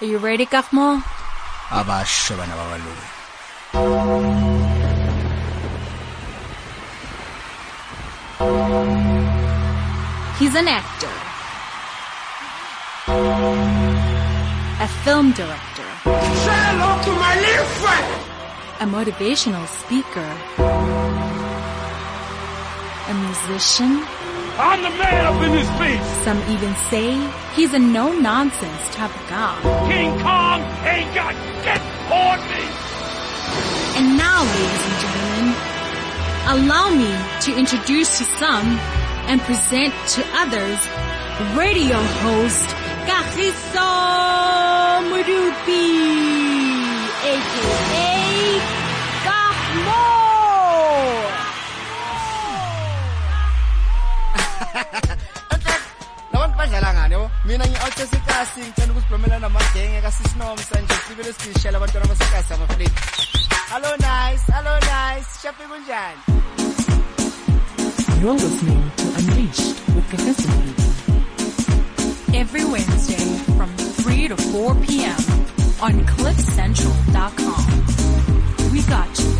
Are you ready, Kahmo? Abasho bana bakalume. He's an actor, a film director, Say hello to my little friend. a motivational speaker, a musician. I'm the man up in this piece. Some even say he's a no nonsense type of guy. King Kong ain't got shit on me. And now, ladies and gentlemen, allow me to introduce to some and present to others radio host Kahiso Murupi, aka Kahmo. labantu badlala ngani yabo mina ngi-outer sekasi ngicela ukusiblomela namagenge kasisinomsa nje sibe lesibishela abantwana basekasi abafuleti hello nice hello nice shape kunjani You're listening to Unleashed with Kahisimani. Every Wednesday from 3 to 4 p.m. on CliffCentral.com. We got you.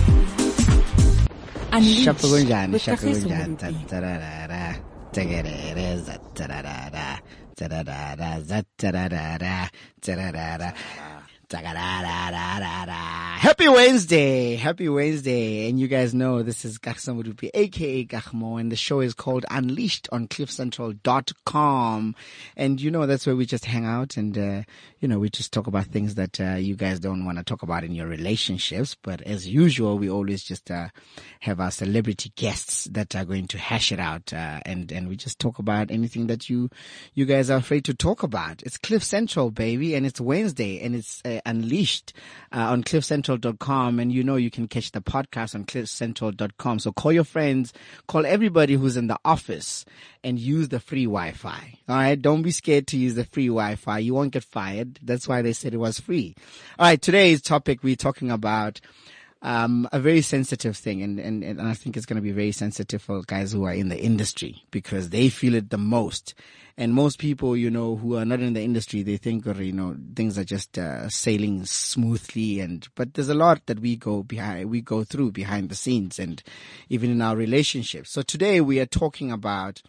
Unleashed shape kunjani with shape kunjani Kahisimani. tararara tekerere zatararara tararara zatararara tararara Takararararara. Happy Wednesday! Happy Wednesday! And you guys know this is Kakhsam Rupi, aka Kakhmo, and the show is called Unleashed on CliffCentral.com. And you know that's where we just hang out and uh, you know we just talk about things that uh, you guys don't want to talk about in your relationships. But as usual, we always just uh, have our celebrity guests that are going to hash it out, uh, and and we just talk about anything that you you guys are afraid to talk about. It's Cliff Central, baby, and it's Wednesday, and it's uh, unleashed uh, on CliffCentral.com, and you know you can catch the podcast on CliffCentral.com. So call your friends, call everybody who's in the office, and use the free Wi-Fi. All right, don't be scared to use the free Wi-Fi. You won't get fired. That's why they said it was free. All right, today's topic we're talking about um, a very sensitive thing, and, and, and I think it's going to be very sensitive for guys who are in the industry because they feel it the most. And most people, you know, who are not in the industry, they think, or you know, things are just uh, sailing smoothly. And but there's a lot that we go behind, we go through behind the scenes, and even in our relationships. So today we are talking about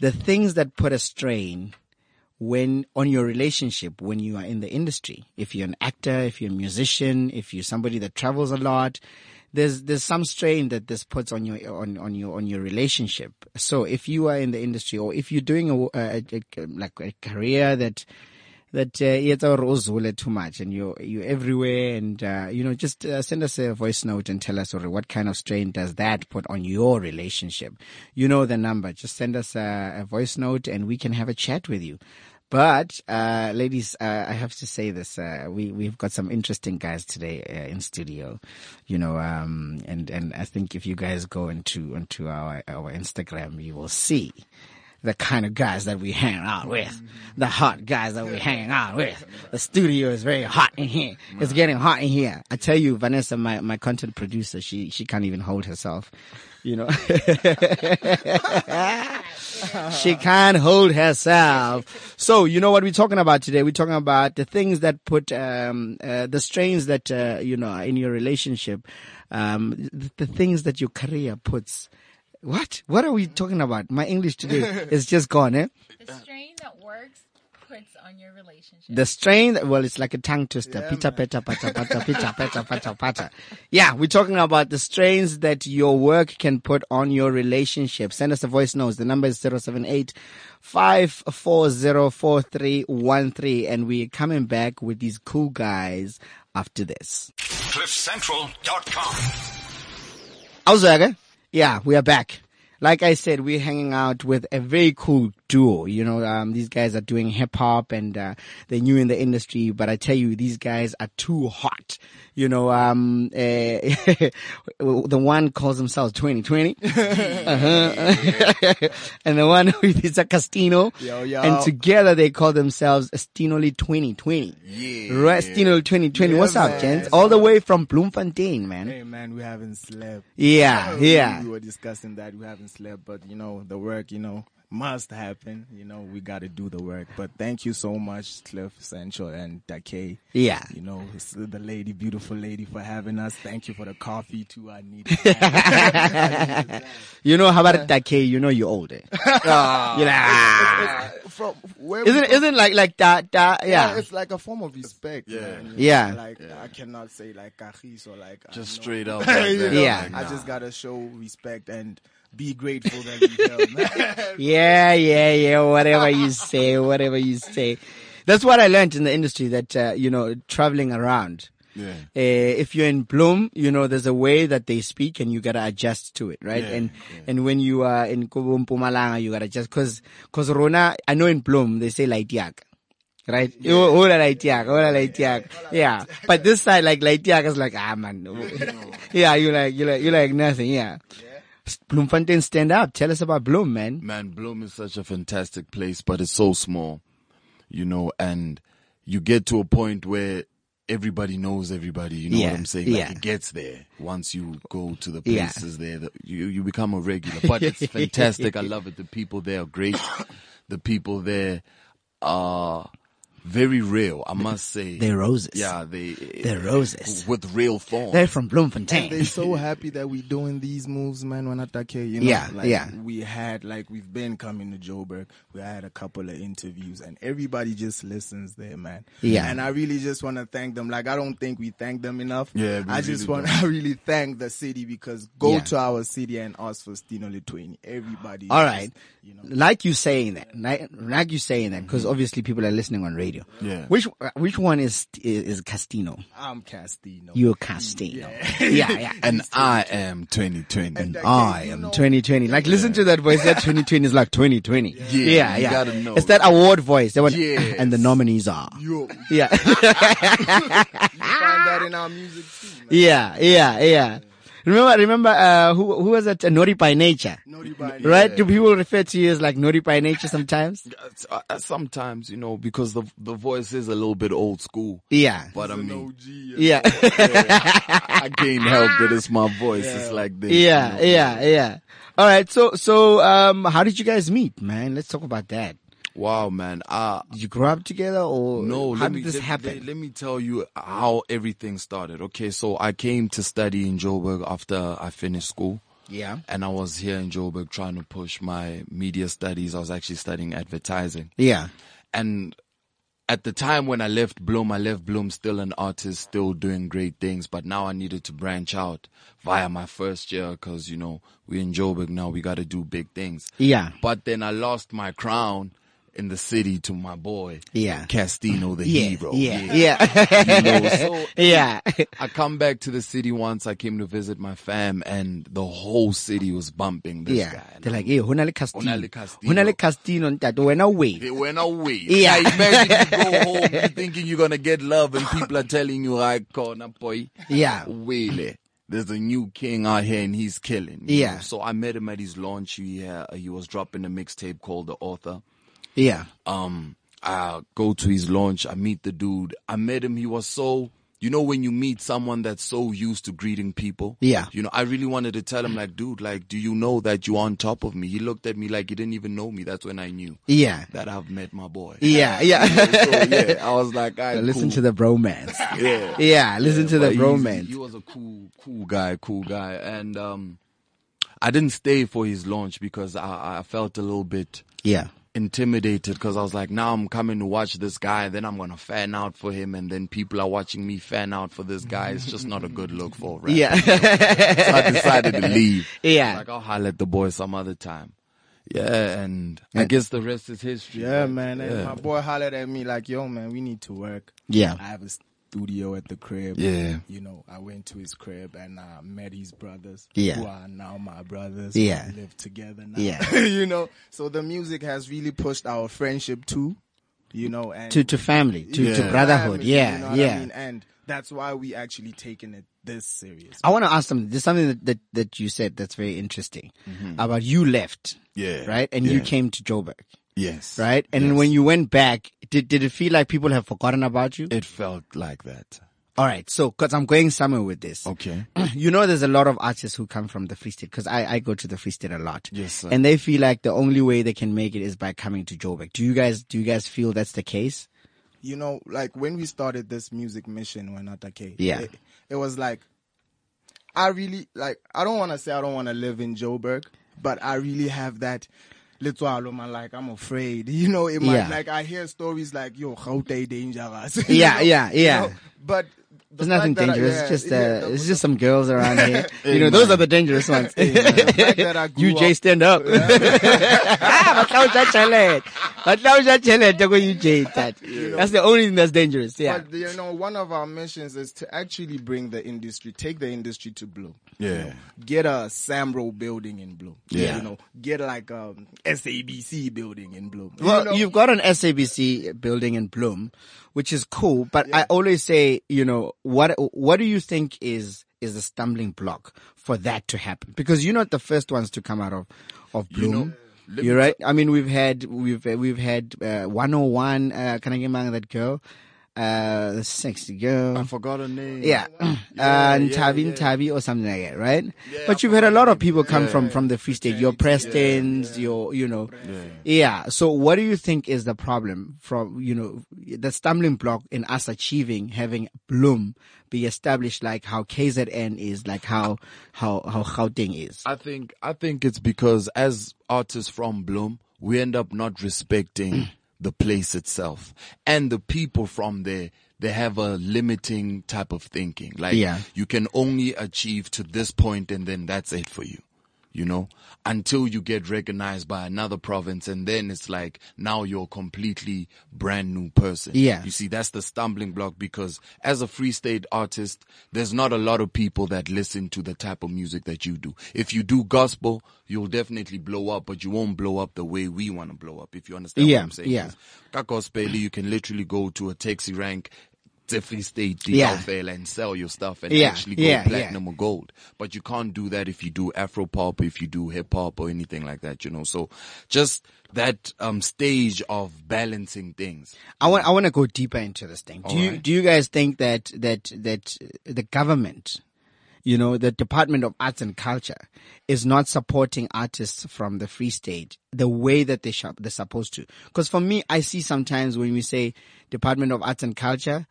the things that put a strain when on your relationship when you are in the industry if you're an actor if you're a musician if you're somebody that travels a lot there's there's some strain that this puts on your on on your on your relationship so if you are in the industry or if you're doing a, a, a- a- like a career that that uh, it's our Ozule too much and you're, you're everywhere and, uh, you know, just uh, send us a voice note and tell us or what kind of strain does that put on your relationship. You know the number. Just send us a, a voice note and we can have a chat with you. But, uh, ladies, uh, I have to say this, uh, we, we've got some interesting guys today, uh, in studio, you know, um, and, and I think if you guys go into, onto our, our Instagram, you will see the kind of guys that we hang out with, the hot guys that we hang out with. The studio is very hot in here. It's getting hot in here. I tell you, Vanessa, my, my content producer, she, she can't even hold herself. You know, she can't hold herself. So, you know what we're talking about today? We're talking about the things that put, um, uh, the strains that, uh, you know, are in your relationship, um, the, the things that your career puts, what? What are we talking about? My English today is just gone, eh? The strain that works puts on your relationship. The strain, well, it's like a tongue twister. pita, pita, pata, pata, pita, pita, pata, pata. Yeah, we're talking about the strains that your work can put on your relationship. Send us a voice note. The number is 078 5404313. And we're coming back with these cool guys after this. CliffCentral.com. Aussage. Yeah, we are back. Like I said, we're hanging out with a very cool duo. You know, um, these guys are doing hip hop and, uh, they're new in the industry, but I tell you, these guys are too hot. You know, um, eh, the one calls themselves 2020. uh-huh. and the one who is a Castino. Yo, yo. And together they call themselves Stinoli 2020. Yeah. Right? Stinoli 2020. What's up, man. gents? All the way from Bloemfontein, man. Hey man, we haven't slept. Oh, Yeah, yeah. We were discussing that we haven't slept, but you know the work, you know, must happen. You know, we got to do the work. But thank you so much, Cliff Central and Dakay. Yeah. You know, it's the lady, beautiful lady, for having us. Thank you for the coffee too. I need it. You know, how about that K? You know, you're older. You're like, ah. uh, From where we Isn't come- isn't like like that that yeah. yeah it's like a form of respect. Yeah, man, you know, Yeah. Like I cannot say like kahis or like I Just know. straight up. You know, Yeah. I just gotta show respect and be grateful that we held. man. yeah yeah yeah whatever you say whatever you say. That's what I learned in the industry that uh, you know traveling around. Yeah. Uh, if you're in Bloom, you know there's a way that they speak, and you gotta adjust to it, right? Yeah, and and when you are in Kubu Mpumalanga, you gotta adjust because because Rona, I know in Bloom they say Laitiak, right? Oh, Hola Laitiak, hola Laitiak, yeah. But this side, like Laitiak is like ah man, yeah. You like you like you like nothing, yeah. Bloemfontein, stand up. Tell us about Bloom, man. Man, Bloom is such a fantastic place, but it's so small, you know, and you get to a point where everybody knows everybody. You know Yeah, what I'm saying? Like yeah. it gets there once you go to the Yeah. places there. That you, you become a regular, but it's fantastic. I love it. The people there are great. The people there are very real. I must say. They're roses. Yeah. They, They're roses. With real form. They're from Bloemfontein. They're so happy that we doing these moves, man. When Atake, you know, Yeah, like, yeah. We had like we've been coming to Joburg. We had a couple of interviews, and everybody just listens there, man. Yeah. and I really just want to thank them. Like I don't think we thank them enough. Yeah, we I just really want I really thank the city because go Yeah. to our city and ask for Stino Lithuania. Everybody, All just, right. Like you saying that, like, like you saying that, because obviously people are listening on radio. Mm-hmm. Yeah. Which which one is is, is Castino? I'm Castino. You're Castino. Yeah, yeah. and I am 2020. And I am 2020. Like, listen to that voice. That 2020 is like 2020. Yeah, yeah. you gotta know. It's that award voice. That one. Yes. And the nominees are. You find Yeah, that in our music too, man. yeah, yeah, yeah. Remember, remember, uh, who, who was that? Uh, Nori by nature. Naughty by Right? Do people refer to you as like Nori by nature sometimes? Uh, uh, sometimes, you know, because the the voice is a little bit old school. Yeah. But I mean, OG, yeah. Yeah. I can't help that it's my voice. It's like this. you Yeah, know. yeah, yeah. All right. So, so, um, how did you guys meet, man? Let's talk about that. Wow, man. Uh, Did you grow up together or no, how let did me, this let, happen? Let, let me tell you how everything started. Okay. So I came to study in Joburg after I finished school. yeah. And I was here in Joburg trying to push my media studies. I was actually studying advertising. Yeah. and at the time when I left Bloom, I left Bloom still an artist, still doing great things, but now I needed to branch out via my first year because, you know, we're in Joburg now, we got to do big things. Yeah. But then I lost my crown in the city to my boy, Yeah. Castino, the Yeah. hero. Yeah. Yeah. You know, so Yeah. I come back to the city once I came to visit my fam and the whole city was bumping this yeah. guy. And They're I'm like, "Eh, hey, Honale Castillo. Hona le Castillo. Honale Castillo, that when away. They went away. Yeah. Now imagine you go home, you thinking you're gonna get love, and people are telling you, "I corner boy, Yeah. Wele, there's a new king out here, and he's killing." you Yeah. know. So I met him at his launch. He uh, he was dropping a mixtape called The Author. Yeah. Um, I go to his launch. I meet the dude. I met him. He was so. You know when you meet someone that's so used to greeting people? Yeah. You know, I really wanted to tell him like, dude, like, do you know that you're on top of me? He looked at me like he didn't even know me. That's when I knew Yeah. that I've met my boy. Yeah. Yeah. so yeah, I was like, I Listen to the bromance. yeah, Yeah. Listen to the But he's- bromance. He was a cool, cool guy, cool guy, and um, I didn't stay for his launch because I, I felt a little bit yeah. intimidated because I was like, now I'm coming to watch this guy, then I'm gonna fan out for him, and then people are watching me fan out for this guy. It's just not a good look for a rapper. Yeah. so I decided to leave. Yeah. like I'll holler at the boy some other time. Yeah, and I guess the rest is history. Yeah, right? man. And Yeah. my boy hollered at me like, "Yo, man, we need to work." Yeah. I have a studio at the crib. Yeah. you know, I went to his crib and I met his brothers. Yeah. who are now my brothers. Yeah. we live together now. Yeah. you know. So the music has really pushed our friendship too. You know, and to, to family, to, to Yeah. brotherhood. family, Yeah. you know what yeah. I mean? And that's why we actually taking it this serious. I want to ask them. There's something that, that, that you said that's very interesting about you left, Mm-hmm. Yeah. right, and you Yeah. came to Joburg, Yes. right, and then when you went back, did did it feel like people have forgotten about you? It felt like that. All right. So, cause I'm going somewhere with this. Okay. you know, there's a lot of artists who come from the Free State because I, I go to the Free State a lot. Yes, sir. And they feel like the only way they can make it is by coming to Joburg. Do you guys, do you guys feel that's the case? you know, like when we started this music mission when at K, Yeah. it, it was like I really like I don't wanna say I don't wanna live in Joburg, but I really have that little aloma like I'm afraid. You know, it might Yeah. like I hear stories like yo, Gauteng dangerous. You Yeah, know? yeah, yeah. You know, But the There's nothing fact that I- dangerous. yeah, it's just, uh, yeah, the- it's just some girls around here. you know, those are the dangerous ones. the fact that I grew You Jay, up- stand up. Ah, but that was a challenge. But that was a challenge. That way you Jay, that. That's the only thing that's dangerous. Yeah. But you know, one of our missions is to actually bring the industry, take the industry to bloom. Yeah. Get a Samro building in bloom. Yeah. You know, get like um, a SABC building in bloom. Well, you know, you've got an SABC building in Bloom, which is cool. But I always say, you know, what what do you think is is the stumbling block for that to happen? Because you're not the first ones to come out of of Bloom. You let are right. I mean, we've had we've we've had uh, 101. Uh, can I get among that girl? Uh, the sexy girl. I forgot her name. Yeah, Uh, Yeah, and yeah, Tavi yeah. Tavi or something like that, right? but you've had a lot of people come from from the Free State, your Prestons, your you know, yeah. So what do you think is the problem from you know the stumbling block in us achieving having Bloom be established like how KZN is, like how how how Gauteng is? I think I think it's because as artists from Bloom, we end up not respecting the place itself and the people from there. They have a limiting type of thinking. Like Yeah. you can only achieve to this point and then that's it for you. You know, until you get recognized by another province and then it's like now you're a completely brand new person. Yeah. You see, that's the stumbling block because as a free state artist, there's not a lot of people that listen to the type of music that you do. If you do gospel, you'll definitely blow up, but you won't blow up the way we want to blow up. If you understand Yeah, what I'm saying? yeah. 'Cause ka gospel, you can literally go to a taxi rank. Free state Yeah. out there and sell your stuff and Yeah, actually go yeah, yeah. platinum or gold. But you can't do that if you do Afro pop, if you do hip hop or anything like that, you know. So just that um stage of balancing things. I want I want to go deeper into this thing. Do you Alright. do you guys think that that that the government, you know, the Department of Arts and Culture, is not supporting artists from the Free State the way that they shop, they're supposed to? Because for me, I see sometimes when we say Department of Arts and Culture,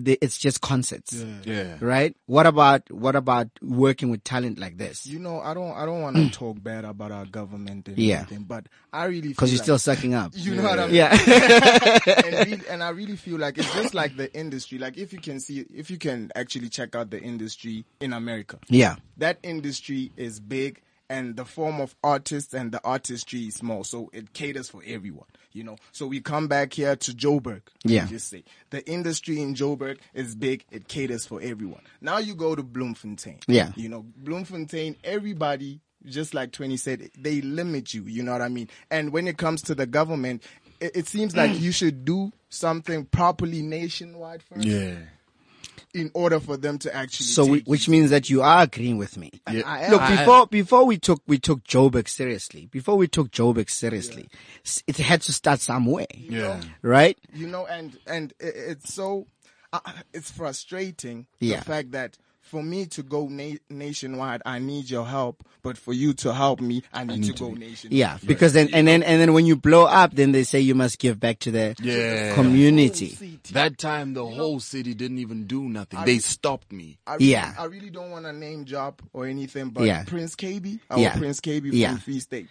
they, it's just concerts, Yeah. right? What about what about working with talent like this? you know, I don't I don't wanna talk bad about our government and Mm. Yeah. everything, but I really Because feel you're like- still sucking up. you know what I mean? yeah, and, really, and I really feel like it's just like the industry. Like if you can see, if you can actually check out the industry in America, yeah, that industry is big and the form of artists and the artistry is small. So it caters for everyone, you know. So we come back here to Joburg. Yeah. Just say the industry in Joburg is big. It caters for everyone. Now you go to Bloemfontein. Yeah. You know, Bloemfontein, everybody, just like 20 said, they limit you. You know what I mean? And when it comes to the government, it, it seems like you should do something properly nationwide first Yeah. in order for them to actually. So, take we, you. which means that you are agreeing with me. I am. Look, I- before before we took we took Joburg seriously. Before we took Joburg seriously, s it had to start somewhere, Yeah. right? you know and and it, it's so uh, it's frustrating Yeah. the fact that for me to go na- nationwide i need your help but for you to help me i need, to, go nationwide Yeah, because then and then and then when you blow up, then they say you must give back to the Yeah. Oh, community. That time the whole city didn't even do nothing. They stopped me. I really, Yeah. I really don't want to name drop or anything, but Yeah. Prince KB, our Yeah. Prince KB from Yeah. Free State,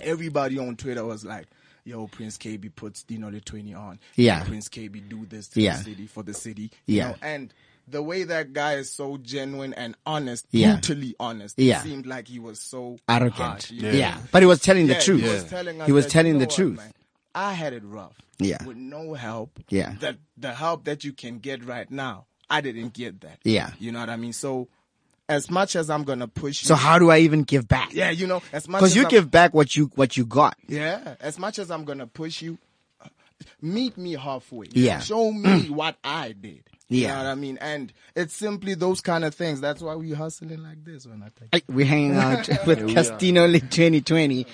everybody on Twitter was like, "Yo, Prince KB puts Dino the twenty on. Yeah. Prince KB do this to Yeah. the city for the city. Yeah. and the way that guy is so genuine and honest, Yeah. brutally honest. Yeah. it seemed like he was so Arrogant. harsh, you yeah. know? but he was telling Yeah, the truth. He was telling, us He was that, telling you the know what, truth. man, I had it rough. Yeah. With no help. Yeah. That the help that you can get right now, I didn't get that. Yeah. You know what I mean? So, as much as I'm gonna push you. So how do I even give back? yeah, you know, as much because as you I'm- give back what you what you got. yeah, as much as I'm gonna push you, uh, meet me halfway. Yeah. Show me what I did. You Yeah. know what I mean? And it's simply those kind of things. That's why we hustling like this when I think. We're hanging out with Castino Lee 2020.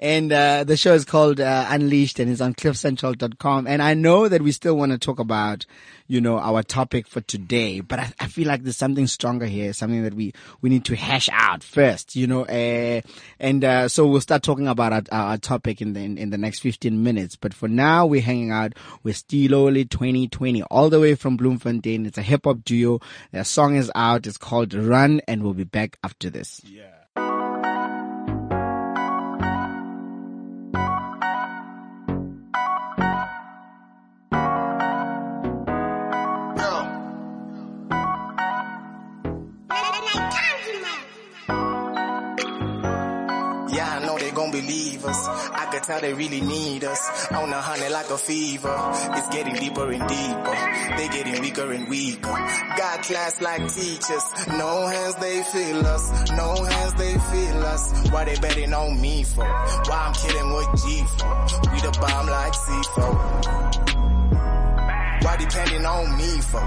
And uh, the show is called uh, Unleashed and it's on cliffcentral.com. And I know that we still want to talk about, you know, our topic for today, but I, I feel like there's something stronger here, something that we, we need to hash out first, you know. Uh, and uh, so we'll start talking about our, our our topic in the, in, in the next 15 minutes. But for now, we're hanging out with Stiloli 2020, all the way from Bloemfontein. It's a hip hop duo. Their song is out. It's called Run, and we'll be back after this. Yeah, I know they gon' believe us. I could tell they really need us. On a hundred like a fever. It's getting deeper and deeper. They getting weaker and weaker. Got class like teachers. No hands they feel us. No hands they feel us. Why they betting on me for? Why I'm kidding with G for? We the bomb like C for. Why depending on me for?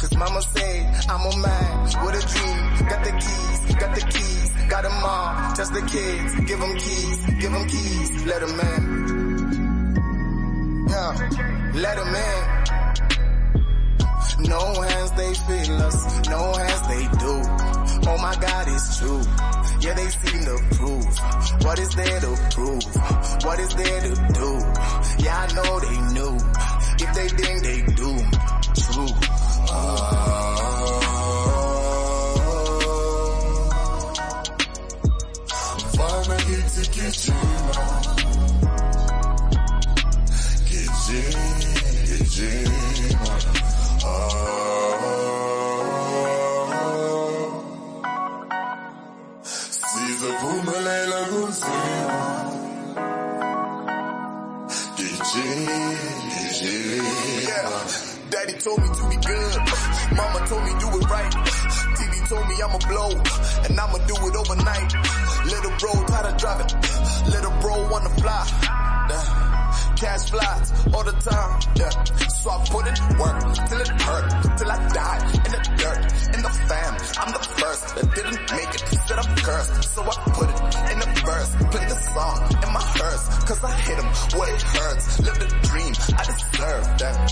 Cause mama said I'm a man with a dream. Got the keys, got the keys, got 'em all. Touch the kids, give 'em keys, give 'em keys, let 'em in. Yeah, let 'em in. No hands they feel us, no hands they do. Oh my God, it's true. Yeah, they seem to prove. What is there to prove? What is there to do? Yeah, I know they knew. If they didn't, they do. True. Ah. Daddy told me to be good. Mama told me do it right. TV told me I'ma blow. And I'ma do it overnight. Little bro tired of driving. Little bro wanna fly. Yeah. Cash flies all the time. Yeah. So I put in work till it hurt. Till I die in the dirt. In the fam. I'm the first that didn't make it. Said I'm cursed. So I put it in the verse. Play the song in my hearse. Cause I hit him where it hurts. Live the dream. I deserve that.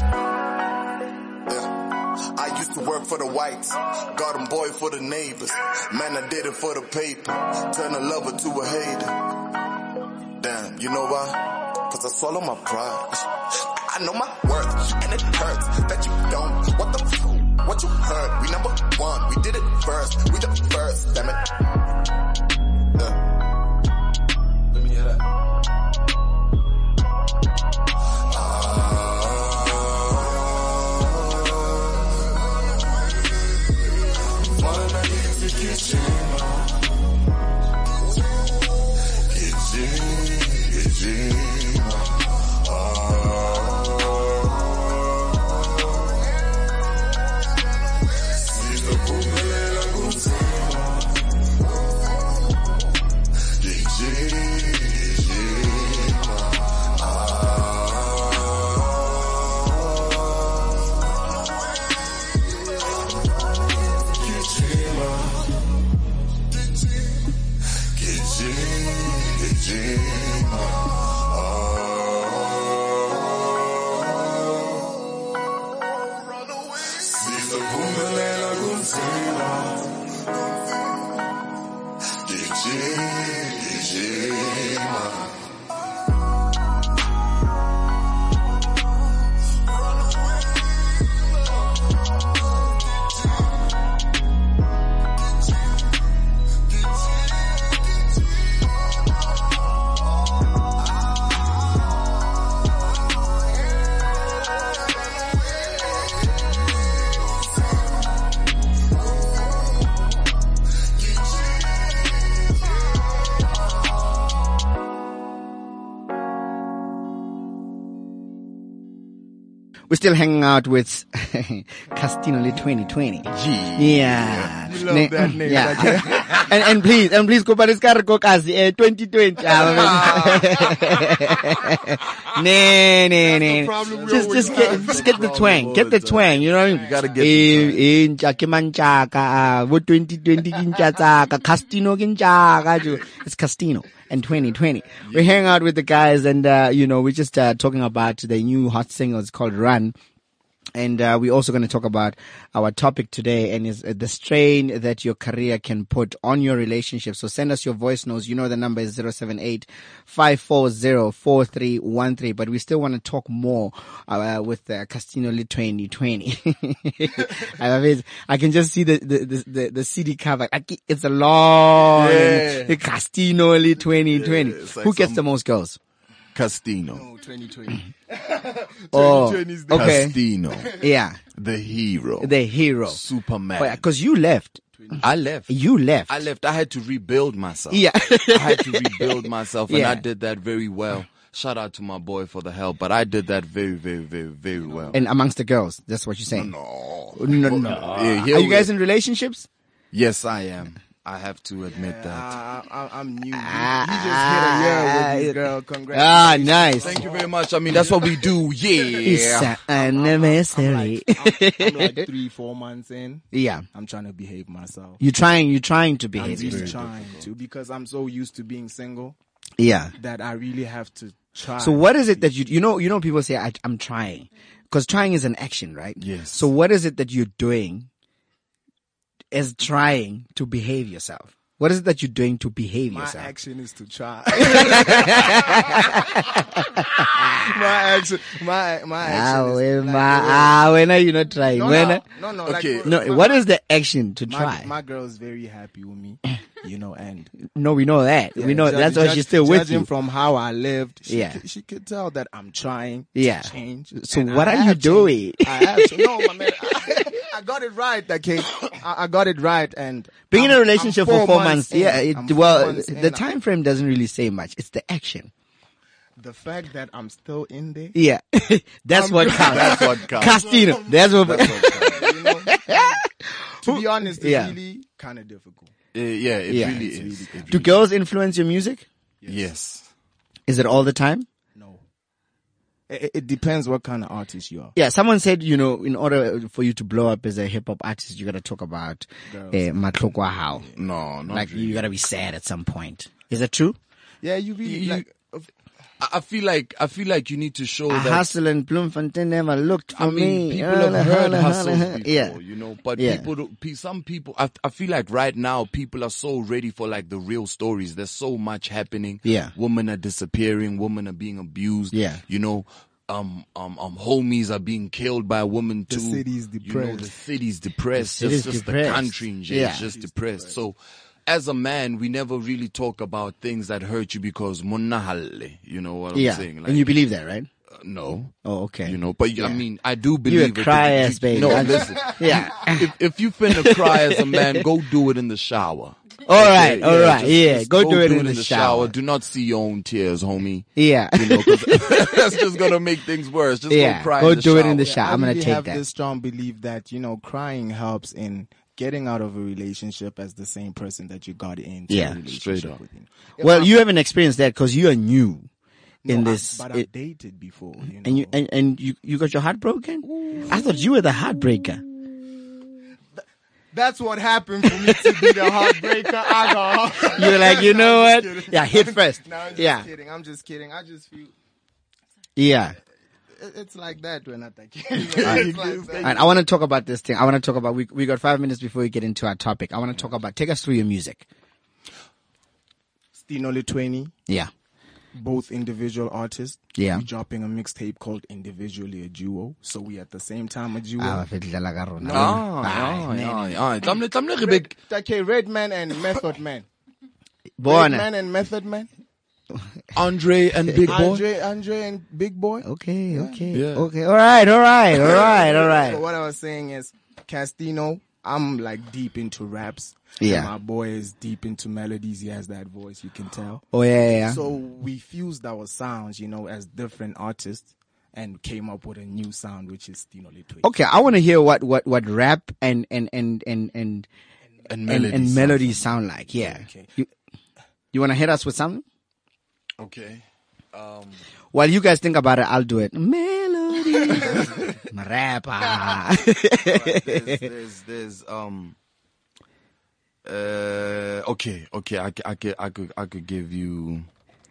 Yeah. I used to work for the whites, got 'em boy for the neighbors. Man, I did it for the paper, turn a lover to a hater. Damn, you know why? Cause I swallow my pride. I know my worth, and it hurts that you don't. What the f- What you heard? We number one, we did it first, we the first, damn it. Yeah. Let me hear that. We're still hanging out with Castinoli 2020. Yeah. yeah. love that name, Yeah. and, and please, and please, Kupariskar Kokazi, eh, 2020. Ah, nee, nee, nee. problem we Just, always just get, have. just get the Problem twang. all Get the the twang, you know what I mean? You gotta get the Eh, eh, ncha ke manchaka, ah, wo 2020 ke ncha tsaka, Castino ke nchaka, jo. It's Castino. And 2020. We hang out with the guys and, uh, you know, we're just, uh, talking about the new hot single. It's called Run. And uh, we're also going to talk about our topic today and is uh, the strain that your career can put on your relationship. So send us your voice notes. You know the number is 78 540 But we still want to talk more uh, with uh, Castino Lit 2020. I love it. I can just see the, the, the, the, the CD cover. I ke- It's a long Yeah. Castino Lit 2020. it's like Who gets some- the most girls? Castino. 2020. Oh, 2020 is the- okay. Castino. yeah. The hero. The hero. Superman. Because you left. I left. You left. I left. I had to rebuild myself. Yeah. I had to rebuild myself and Yeah. I did that very well. Shout out to my boy for the help, but I did that very, very, very, very well. and amongst the girls. That's what you're saying. oh. No, no. Yeah, here Are you we- guys in relationships? Yes, I am. I have to admit that. I, I, I'm new. You, you just hit a year with this girl. Congrats. Ah, nice. Thank you very much. I mean, that's what we do. It's Yeah. an anniversary. I'm like three, four months in. yeah. I'm trying to behave myself. You're trying, you're trying to I'm behave. really trying to because I'm so used to being single yeah. that I really have to try. So what is it that you, you know, you know, people say, I, I'm trying. Cause trying is an action, right? Yes. So what is it that you're doing as trying to behave yourself? What is it that you're doing to behave My yourself? action is to try. my action, my my Ah, action well, is like, uh, ma- ah, when are you not trying? no, when no, are- no, no, Okay. Like, No, my- what is the action to my, try? My girl's very happy with me, you know, and no, we know that. we Yeah, know judge- that's why judge- she's still with judging you. from how I lived, she, Yeah. yeah. she could tell that I'm trying Yeah. to change. So And what I are you have changed. doing? I have changed. No, my man, I, I got it right, okay? I, I got it right. And Being in I'm- a relationship I'm for four months, in. yeah. I'm It, four well, months the in. time frame doesn't really say much. It's the action. The fact that I'm still in there. Yeah, that's what counts. That's what counts. Castino. That's what. That's what counts. you know, to be honest, it's Yeah. really kind of difficult. Uh, yeah, it Yeah. really It's is. It Do really- girls influence your music? yes. Is it all the time? No. It, it- it depends what kind of artist you are. Yeah, someone said, you know, in order for you to blow up as a hip hop artist, you gotta talk about Girls. uh, Matlokwa How. No, not Like, really. you gotta be sad at some point. Is that true? Yeah, you really You- like. I I feel like I feel like you need to show A that hustle and Bloemfontein never looked for I mean, me. people Holla, have heard holla, hustles holla, holla. before, uh-huh, Yeah. you know, but Yeah. people, don't- pe- some people, I, I feel like right now people are so ready for like the real stories. There's so much happening. Yeah. Women are disappearing. Women are being abused. Yeah. You know, um, um, um, homies are being killed by women too. city's You know, the depressed. city's depressed. The city's it's just depressed. the country in general. Yeah. It's just depressed. So, as a man, we never really talk about things that hurt you because munnahalle. You know what I'm Yeah. saying? and you believe that, right? uh, no. Oh, okay. You know, but I Yeah. mean, I do You a believe it. cry ass baby. No, I- listen. Yeah. If, if you finna cry as a man, go do it in the shower. all right. All right. Yeah, just- yeah. just go, do it in the, shower. Do not see your own tears, homie. Yeah. You know, 'cause that's just gonna make things worse. Just Yeah, go cry. go in the do it shower. in the shower. I I'm gonna really take have that. this strong belief that you know crying helps in getting out of a relationship as the same person that you got into Yeah, a straight relationship up. with. You. well, you haven't experienced that because you are new in No, I- this. but it- I've dated before, you know. and you and, and you you got your heart broken. I thought you were the heartbreaker. That's what happened for me to be the heartbreaker. I got. heart- You were like, you know No, I'm what? just kidding. Yeah, hit first. No, I'm just yeah, kidding. I'm just kidding. I just feel yeah. it- it's like that when I think. it's like that. All right, I want to talk about this thing. I want to talk about. We we got five minutes before we get into our topic. I want to talk about. Take us through your music. Stinole twenty. Yeah. both individual artists. Yeah. We're dropping a mixtape called Individually a Duo. So we at the same time a duo. Ah, fe dlala ka rona. Ah, ah, ah. Tamle- tamle re be- okay, Redman and Method Man. Bona. Redman and Method Man. Andre and Big Boy. Andre, Andre and Big Boy. Okay, okay, Yeah. okay. All right, all right, all right, all So right. what I was saying is Castino. I'm like deep into raps. Yeah. And my boy is deep into melodies. He has that voice, you can tell. Oh yeah, yeah, yeah. So we fused our sounds, you know, as different artists and came up with a new Oh. sound, which is Stinole Twig. Okay, I want to hear what what what rap and and and and and And and, melody. and melodies sound like. Yeah. Okay. You, you want to hit us with something? Okay. While you guys think about it, I'll do it. Melody. Rapper. there's, there's, there's, um, uh, okay, okay, I, c- I could, I could, I could give you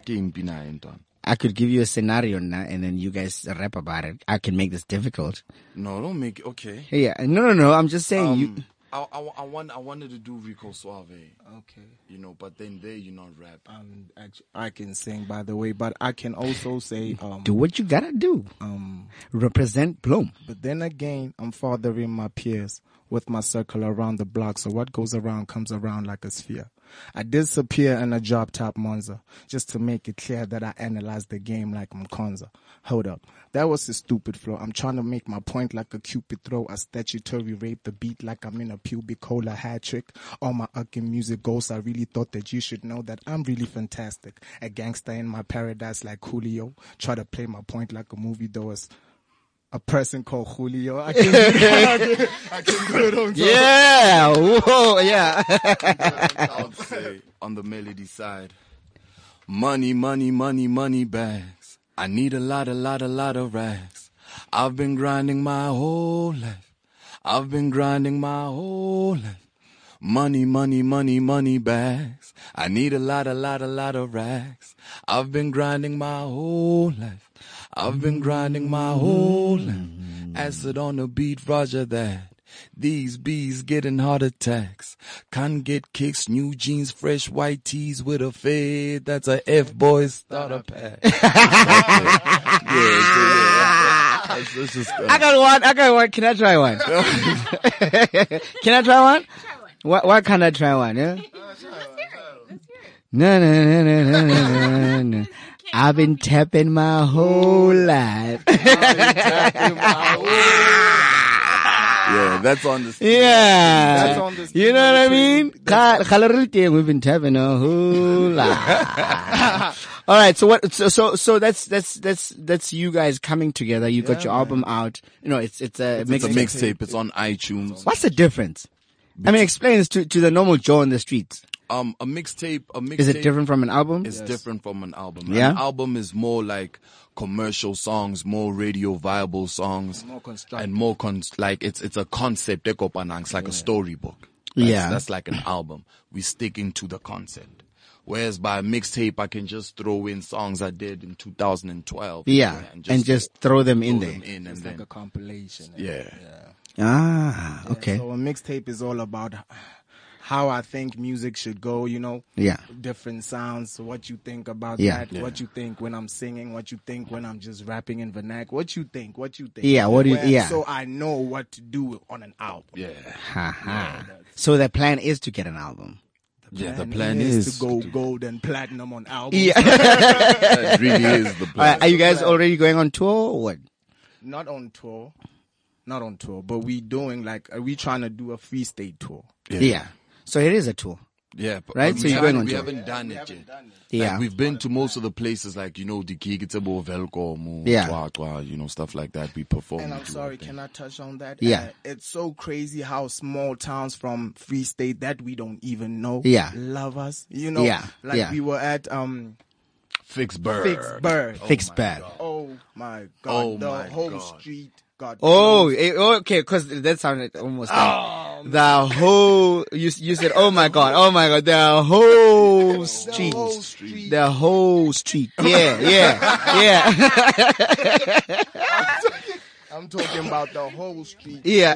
King Bina and Don. I could give you a scenario now and then you guys rap about it. I can make this difficult. No, don't make okay. Yeah. No, no, no. I'm just saying you. Um, I, I, I want, I wanted to do Rico Suave, Okay. you know, but then there you're not rap. Um, act- I can sing, by the way, but I can also say, um, Do what you gotta do. um, Represent Bloom. but then again, I'm fathering my peers with my circle around the block. So what goes around comes around like a sphere. I disappear in a job top Monza just to make it clear that I analyze the game like Mkonza. Hold up. That was a stupid flow. I'm trying to make my point like a cupid throw a statutory rape the beat like I'm in a pubic cola hat trick. All my ucking music goals. I really thought that you should know that I'm really fantastic. A gangster in my paradise like Julio. Try to play my point like a movie though it's a person called Julio. I can, I can, I can do it on top. Yeah. Whoa. Yeah. I would say on the melody side, money, money, money, money bags. I need a lot, a lot, a lot of racks. I've been grinding my whole life. I've been grinding my whole life. Money, money, money, money bags. I need a lot, a lot, a lot of racks. I've been grinding my whole life. I've been grinding my whole life. Acid on the beat, Roger that. These bees getting heart attacks. Can't get kicks, new jeans, fresh white tees with a fade. That's a F boy starter pack. yeah, so yeah. That's, that's just, uh, I got one. I got one. Can I try one? can I try one? Try one. Why, why can't I try one? Yeah. Let's hear it. Let's hear it. No, no, no, no, no, no, no, no. I've been tapping my whole life. yeah, that's on the yeah. That's on this- you know what I mean? Ka- Kalarilite, We've been tapping a whole lot. All right. So what, so, so, so that's, that's, that's, that's you guys coming together. You got your album out. You know, it's, it's a It's a mixtape. mixtape. It's on iTunes. What's the difference? I mean, explain this to, to the normal Joe on the streets. Um, a mixtape. A mixtape. Is it different from an album? It's different from an album. Yeah? An album is more like commercial songs, more radio viable songs, more and more con- like it's it's a concept. ekopanang, It's like a storybook. That's, Yeah. that's like an album. We sticking to the concept. Whereas by mixtape, I can just throw in songs I did in 2012. Yeah. And just, throw them in throw there. them in and It's like then a compilation. yeah. Ah, okay. So a mixtape is all about how I think music should go, you know? Yeah. Different sounds, what you think about Yeah. that, what you think when I'm singing, what you think when I'm just rapping in vernac, what you think, what you think. Yeah, what do you- yeah. So I know what to do on an album. Yeah. Haha. So the plan is to get an album. Yeah. The And plan it is, to go gold and platinum on albums. It really is the All right, plan. are you guys already going on tour or what? Not on tour. Not on tour, but we doing like, are we trying to do a free state tour? Yeah. So it is a tour. yeah. But Right, but so we you're going haven't- on we tour. haven't done it yet. Like, Yeah. we've been to most of the places like, you know, Dikigitabo, Velkom, Yeah. Twa, Twa, you know, stuff like that. We perform. And we I'm do sorry, our thing. can I touch on that? Yeah. Uh, it's so crazy how small towns from Free State that we don't even know. Yeah. Love us. You know? Yeah, Like yeah. we were at um Fix Bird. Fixburg. Oh, Fixed bad. my god. Oh the my whole God. street got Oh, closed. eh, okay. Cause that sounded almost like the whole, you, you said, oh my God. Oh my God. The whole street. the whole street. The whole street. Yeah. Yeah. Yeah. I'm talking about the whole street. Yeah.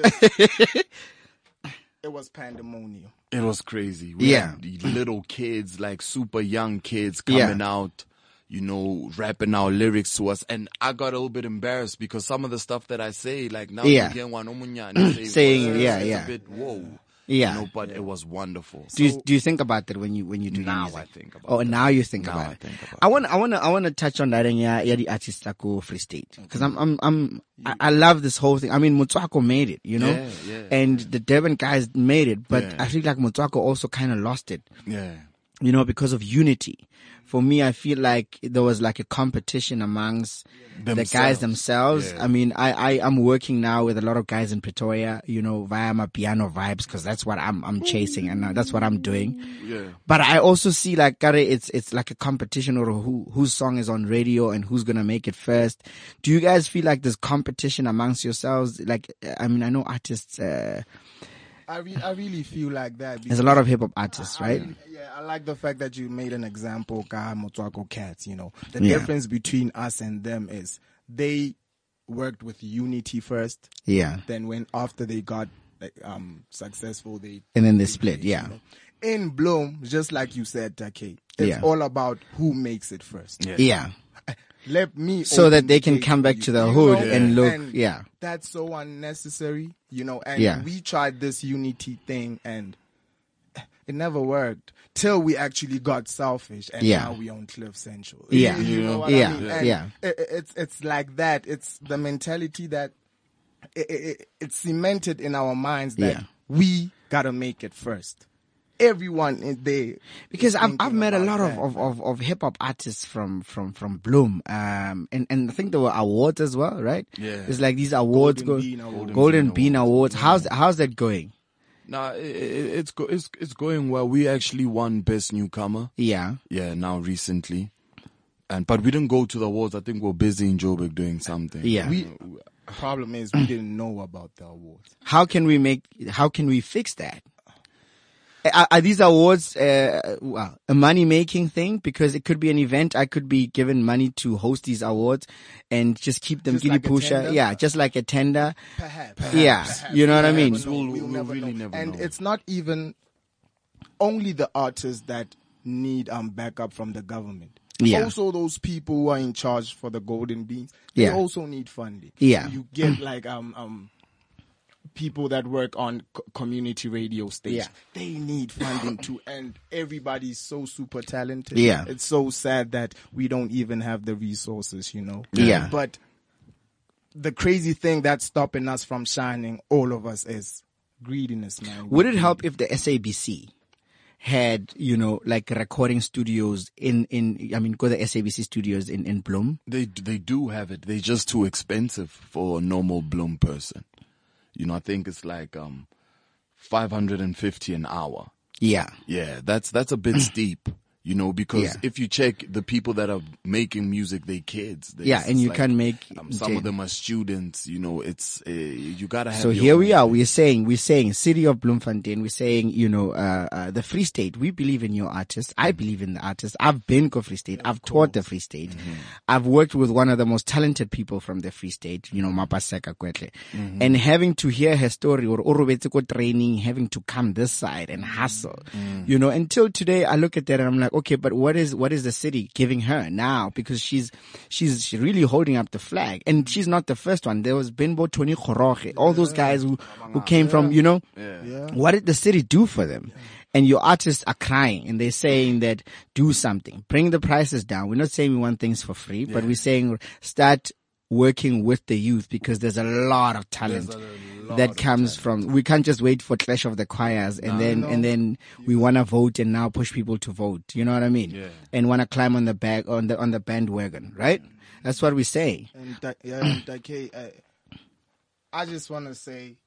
It was pandemonium. It was crazy. We Yeah. had the little kids, like super young kids Yeah. coming out, you know, rapping our lyrics to us. And I got a little bit embarrassed because some of the stuff that I say, like now Yeah. again, one omunyani, say, Saying, "Whoa," yeah, it's yeah. a bit, whoa. Yeah. You know, but it was wonderful. do you, do you think about that when you when you do Now music? I think about Oh, that. now you think Now about I it. think about I want I want to I want to touch on that and yeah, yeah, the artist like who Free State because I'm I'm I'm I, I love this whole thing. I mean, Mutsuako made it, you know, Yeah, yeah. and the Durban guys made it, but Yeah. I feel like Mutsuako also kind of lost it yeah. you know, because of unity. For me, I feel like there was like a competition amongst the guys themselves. I mean, I, I, I'm working now with a lot of guys in Pretoria, you know, via my piano vibes, cause that's what I'm, I'm chasing and uh, that's what I'm doing. Yeah. But I also see like, Kare, it's, it's like a competition or who, whose song is on radio and who's going to make it first. Do you guys feel like there's competition amongst yourselves? Like, I mean, I know artists, uh, I, re- I really feel like that. there's a lot of hip hop artists, right? Yeah, I like the fact that you made an example, Ka Motswako Cats, you know. The Yeah. difference between us and them is they worked with unity first, Yeah. then when after they got like, um successful they And then they split. Yeah. in Bloom, just like you said, Take, it's Yeah. all about who makes it first. Yeah. Let me So that open they can gate come for back you, to the you hood and look- and yeah. That's so unnecessary, you know, and Yeah. we tried this unity thing and it never worked till we actually got selfish and Yeah. now we own Cliff Central. Yeah. You know what Yeah. I mean? Yeah. And Yeah. i- i- it's it's like that. It's the mentality that it, it, it's cemented in our minds that Yeah. we gotta make it first. Everyone in there because I've, I've thinking met a about lot of, that. of, of, of hip hop artists from, from, from Bloom. Um, and, and I think there were awards as well, right? Yeah. It's like these awards Golden go, Bean Awards. Golden Golden Bean Bean Awards. How's, how's that going? Nah, i i it's go, it's it's going well. We actually won best newcomer. Yeah. Yeah, now recently, and but we didn't go to the awards. I think we are busy in Joburg doing something. Yeah. we Uh, problem is we didn't know about the award. how can we make, how can we fix that? Are, are these awards, uh, well, a money making thing? Because it could be an event. I could be given money to host these awards and just keep them Just guinea like a pusher. tender? Yeah. Just like a tender. Perhaps. Yeah, you know what I mean? We'll never know. We'll- we'll never really know. never and know. it's not even only the artists that need um backup from the government. Yeah. Also, those people who are in charge for the golden beans, they Yeah. also need funding. Yeah. you get like um um people that work on co- community radio stations. They need funding too, and everybody's so super talented. Yeah. it's so sad that we don't even have the resources, you know. Yeah. but the crazy thing that's stopping us from shining, all of us, is greediness, man. Would it help if the SABC had, you know, like recording studios in, in, I mean, go to the SABC studios in, in Bloom? They they do have it. They're just too expensive for a normal bloom person. You know, I think it's like um, five hundred and fifty an hour. Yeah. Yeah, that's that's a bit steep, you know, because Yeah. if you check the people that are making music, they kids. They- Yeah, it's and you like, can make um, some jail. of them are students. You know, it's uh, you gotta have. So your here own we are. thing. We're saying, we're saying city of Bloemfontein. We're saying, you know, uh, uh, the Free State. We believe in your artist. I believe in the artist. I've been to Free State. I've taught the Free State. I've worked with one of the most talented people from the Free State, you know, Mapaseka Kwetle. And having to hear her story or Orobetseko training, having to come this side and hustle, you know, until today I look at that and I'm like, okay, but what is, what is the city giving her now? Because she's, she's she's really holding up the flag. And she's not the first one. There was Benbo Tony Khoroge, all those guys who, who came from, you know, what did the city do for them? And your artists are crying and they're saying that do something, bring the prices down. We're not saying we want things for free, but we're saying start working with the youth because there's a lot of talent that comes from we can't just wait for clash of the choirs and then and then we want to vote and now push people to vote you know what i mean and want to climb on the back on the on the bandwagon right that's what we say And that, yeah, and that, K, I, I just want to say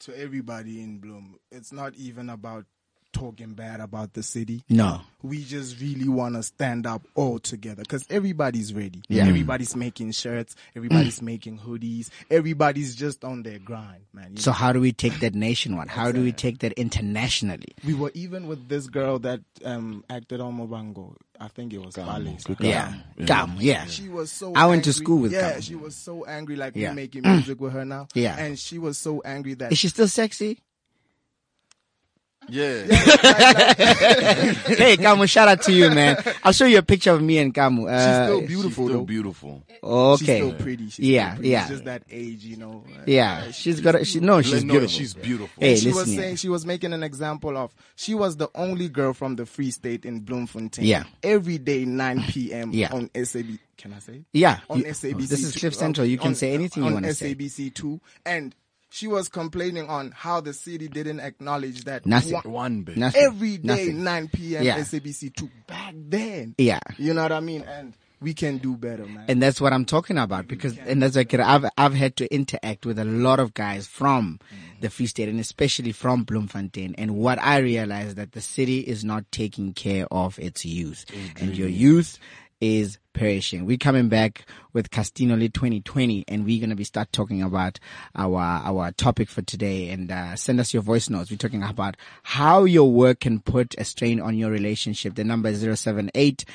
to everybody in Bloom, it's not even about talking bad about the city. no We just really want to stand up all together because everybody's ready. Yeah. Mm. Everybody's making shirts. Everybody's making hoodies. Everybody's just on their grind, man. You so how do we take that nationwide how do we take that internationally We were even with this girl that um, acted on Mobango. I think it was Bale. yeah Gum, yeah She was so. I went to angry. school with Yeah, Gum. she was so angry. Like Yeah. we're making music with her now. Yeah. and she was so angry that is she still sexy Yeah, hey Kamu, shout out to you, man. I'll show you a picture of me and Kamu. Uh, she's still she's beautiful. still though. beautiful. okay. She's still pretty. She's Yeah, still pretty. yeah. It's just that age, you know. Yeah, she's got. A, she, no, Oh, she's no, beautiful. She's beautiful. Hey, she was listen. saying here. she was making an example of she was the only girl from the Free State in Bloemfontein. Yeah. Every day 9 p.m. Yeah. on SAB. Can I say? it? Yeah, On you- SABC. This is two- Cliff Central. You can on- say anything you on wanna say. SABC two and She was complaining on how the city didn't acknowledge that Nothing. one- One bit. Nothing. every day Nothing. 9 p.m. Yeah. SABC two back then. Yeah. You know what I mean? And we can do better, man. And that's what I'm talking about because, and that's like I've I've had to interact with a lot of guys from the Free State and especially from Bloemfontein. And what I realized that the city is not taking care of its youth, and your youth is perishing. We're coming back with Castinoli 2020, and we're gonna be start talking about our our topic for today. And uh, send us your voice notes. We're talking about how your work can put a strain on your relationship. The number is 078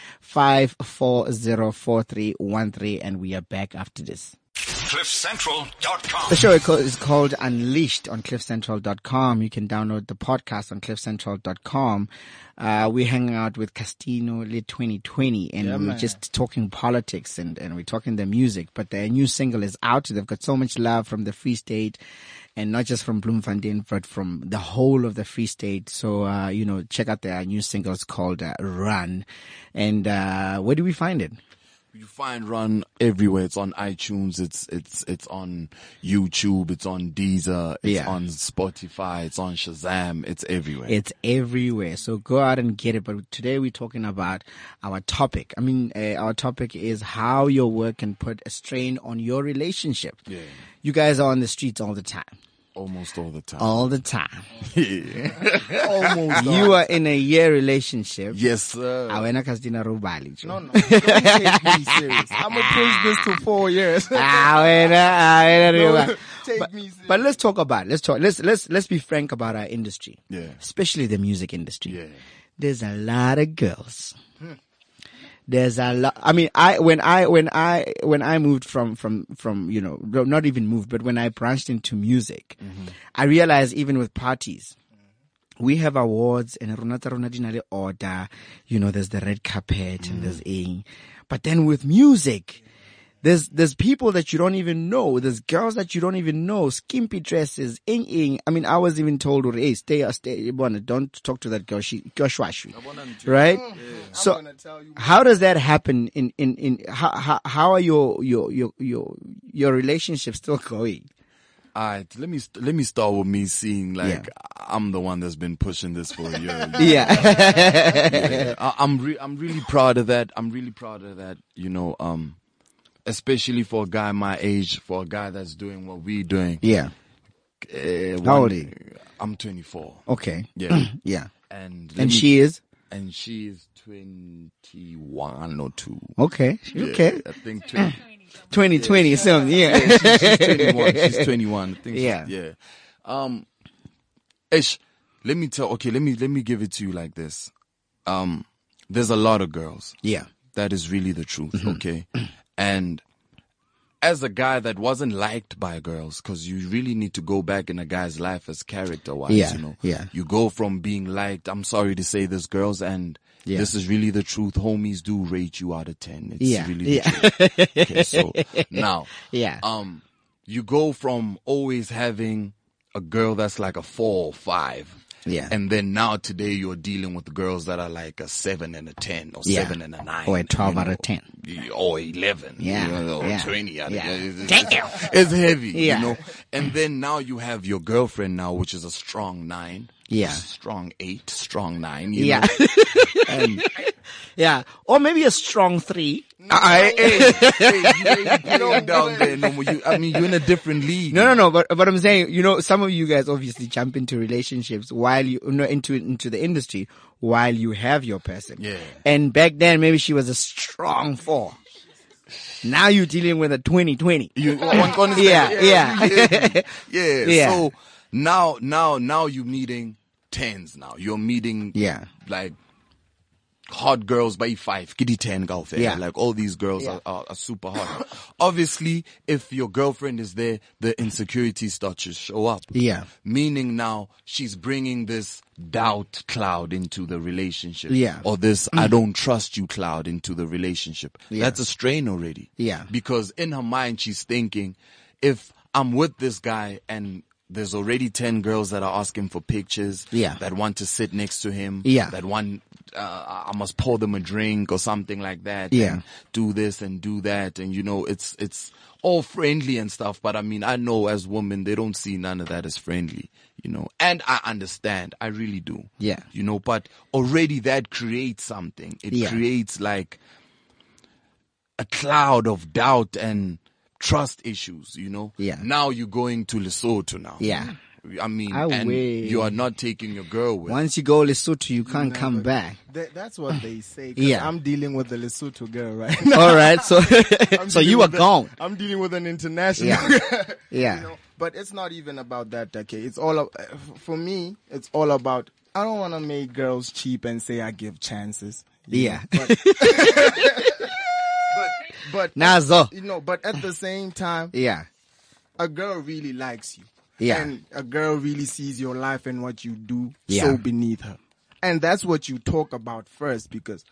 and we are back after this. The CliffCentral.com. show is called- is called Unleashed on cliffcentral.com. You can download the podcast on cliffcentral.com. Uh, we're hanging out with Castino Lit 2020 and we're just talking politics and, and we're talking their music, but their new single is out. They've got so much love from the Free State and not just from Bloemfontein, but from the whole of the Free State. So, uh, you know, check out their new single. It's called uh, Run. And, uh, where do we find it? You find Run everywhere. It's on iTunes. It's it's it's on YouTube. It's on Deezer. It's Yeah. on Spotify. It's on Shazam. It's everywhere. It's everywhere. So go out and get it. But today we're talking about our topic. I mean, uh, our topic is how your work can put a strain on your relationship. Yeah. You guys are on the streets all the time. Almost all the time. All the time. Almost. You are in a year relationship. yes, sir. Ah, wena Christina Rubali, jo. No, no. Don't take me serious. I'm going to push this to four years. Ah, wena, ah, wena Rubali. No, take but, me serious. but let's talk about it. let's talk let's let's let's be frank about our industry. Yeah. Especially the music industry. Yeah. there's a lot of girls. Hmm. There's a lot. I mean, I when I when I when I moved from from from you know no- not even moved, but when I branched into music, Mm-hmm. I realized even with parties, we have awards and Ronata Ronadinale order. You know, there's the red carpet and there's Mm. a, but then with music. There's there's people that you don't even know. There's girls that you don't even know. Skimpy dresses, ing ing. I mean, I was even told, "Hey, stay, uh, stay, bona, don't talk to that girl. She, girl, shwashi." Right? So, how does that happen? In in in how how, how are your your your your your relationships still going? All right, let me st- let me start with me seeing like Yeah. I'm the one that's been pushing this for a year. Yeah, Yeah, I, I'm re- I'm really proud of that. I'm really proud of that. You know, um, especially for a guy my age, for a guy that's doing what we're doing. yeah. Uh, How one- old are you? I'm 24. Okay. Yeah, Yeah. and let And me- she is and she is 21 or two. okay. Okay. Yeah, I think 20, Twenty twenty something. Yeah. she's 21. She's 21. I think she's- Yeah. yeah. Um, ish. Let me tell. Okay, let me let me give it to you like this. Um, there's a lot of girls. Yeah. That is really the truth. Mm-hmm. Okay, and as a guy that wasn't liked by girls, because you really need to go back in a guy's life as character wise. Yeah, You know. yeah. You go from being liked. I'm sorry to say this, girls, and Yeah. this is really the truth. Homies do rate you out of ten. It's Yeah, really the yeah. truth. Okay, so now Yeah. um, you go from always having a girl that's like a four or five. Yeah. And then now today you're dealing with girls that are like a seven and a 10 or Yeah. seven and a nine. Or a 12 you out of 10. y- Or 11. Yeah, you know, or yeah, 20 out yeah. of 10. Damn. It's heavy. Yeah. You know? And then now you have your girlfriend now, which is a strong nine. Yeah. Strong eight, strong nine. you Yeah. know? And, Yeah. Or maybe a strong three. I, hey, hey, you ain't playing down there no more. You, I mean, you're in a different league. No, no, no. But but I'm saying, you know, some of you guys obviously jump into relationships while you no into into the industry while you have your person. Yeah. And back then, maybe she was a strong four. Now you're dealing with a twenty twenty. You, one can Yeah, understand. yeah. yeah. Yeah. So now, now, now you're meeting tens. Now you're meeting Yeah. like hot girls by five, kitty ten girls. Yeah. like all these girls are, are, are super hot. Obviously, if your girlfriend is there, the insecurities start to show up. Yeah. meaning now she's bringing this doubt cloud into the relationship. Yeah. Mm. or this I don't trust you cloud into the relationship. That's a strain already. Yeah. Because in her mind, she's thinking, if I'm with this guy and there's already 10 girls that are asking for pictures. Yeah. That want to sit next to him. Yeah. That want, uh, I must pour them a drink or something like that. Yeah. and do this and do that. And you know, it's, it's all friendly and stuff. But I mean, I know as women, they don't see none of that as friendly, you know, and I understand. I really do. Yeah. You know, but already that creates something. It Yeah. creates like, a cloud of doubt and trust issues, you know? Yeah. Now you're going to Lesotho now. Yeah. I mean, I and wish. you are not taking your girl with. Once you go Lesotho, you can't come back. That, that's what they say. 'cause Yeah. I'm dealing with the Lesotho girl right now. All right. So, I'm so dealing you were with a- gone. I'm dealing with an international. Yeah. girl, Yeah. You know? But it's not even about that, okay? It's all ab- uh, f- for me. It's all about. I don't want to make girls cheap and say I give chances. you Yeah. know, But, but, but Nazo. you know, but at the same time, Yeah. a girl really likes you. Yeah. And a girl really sees your life and what you do Yeah. so beneath her. And that's what you talk about first because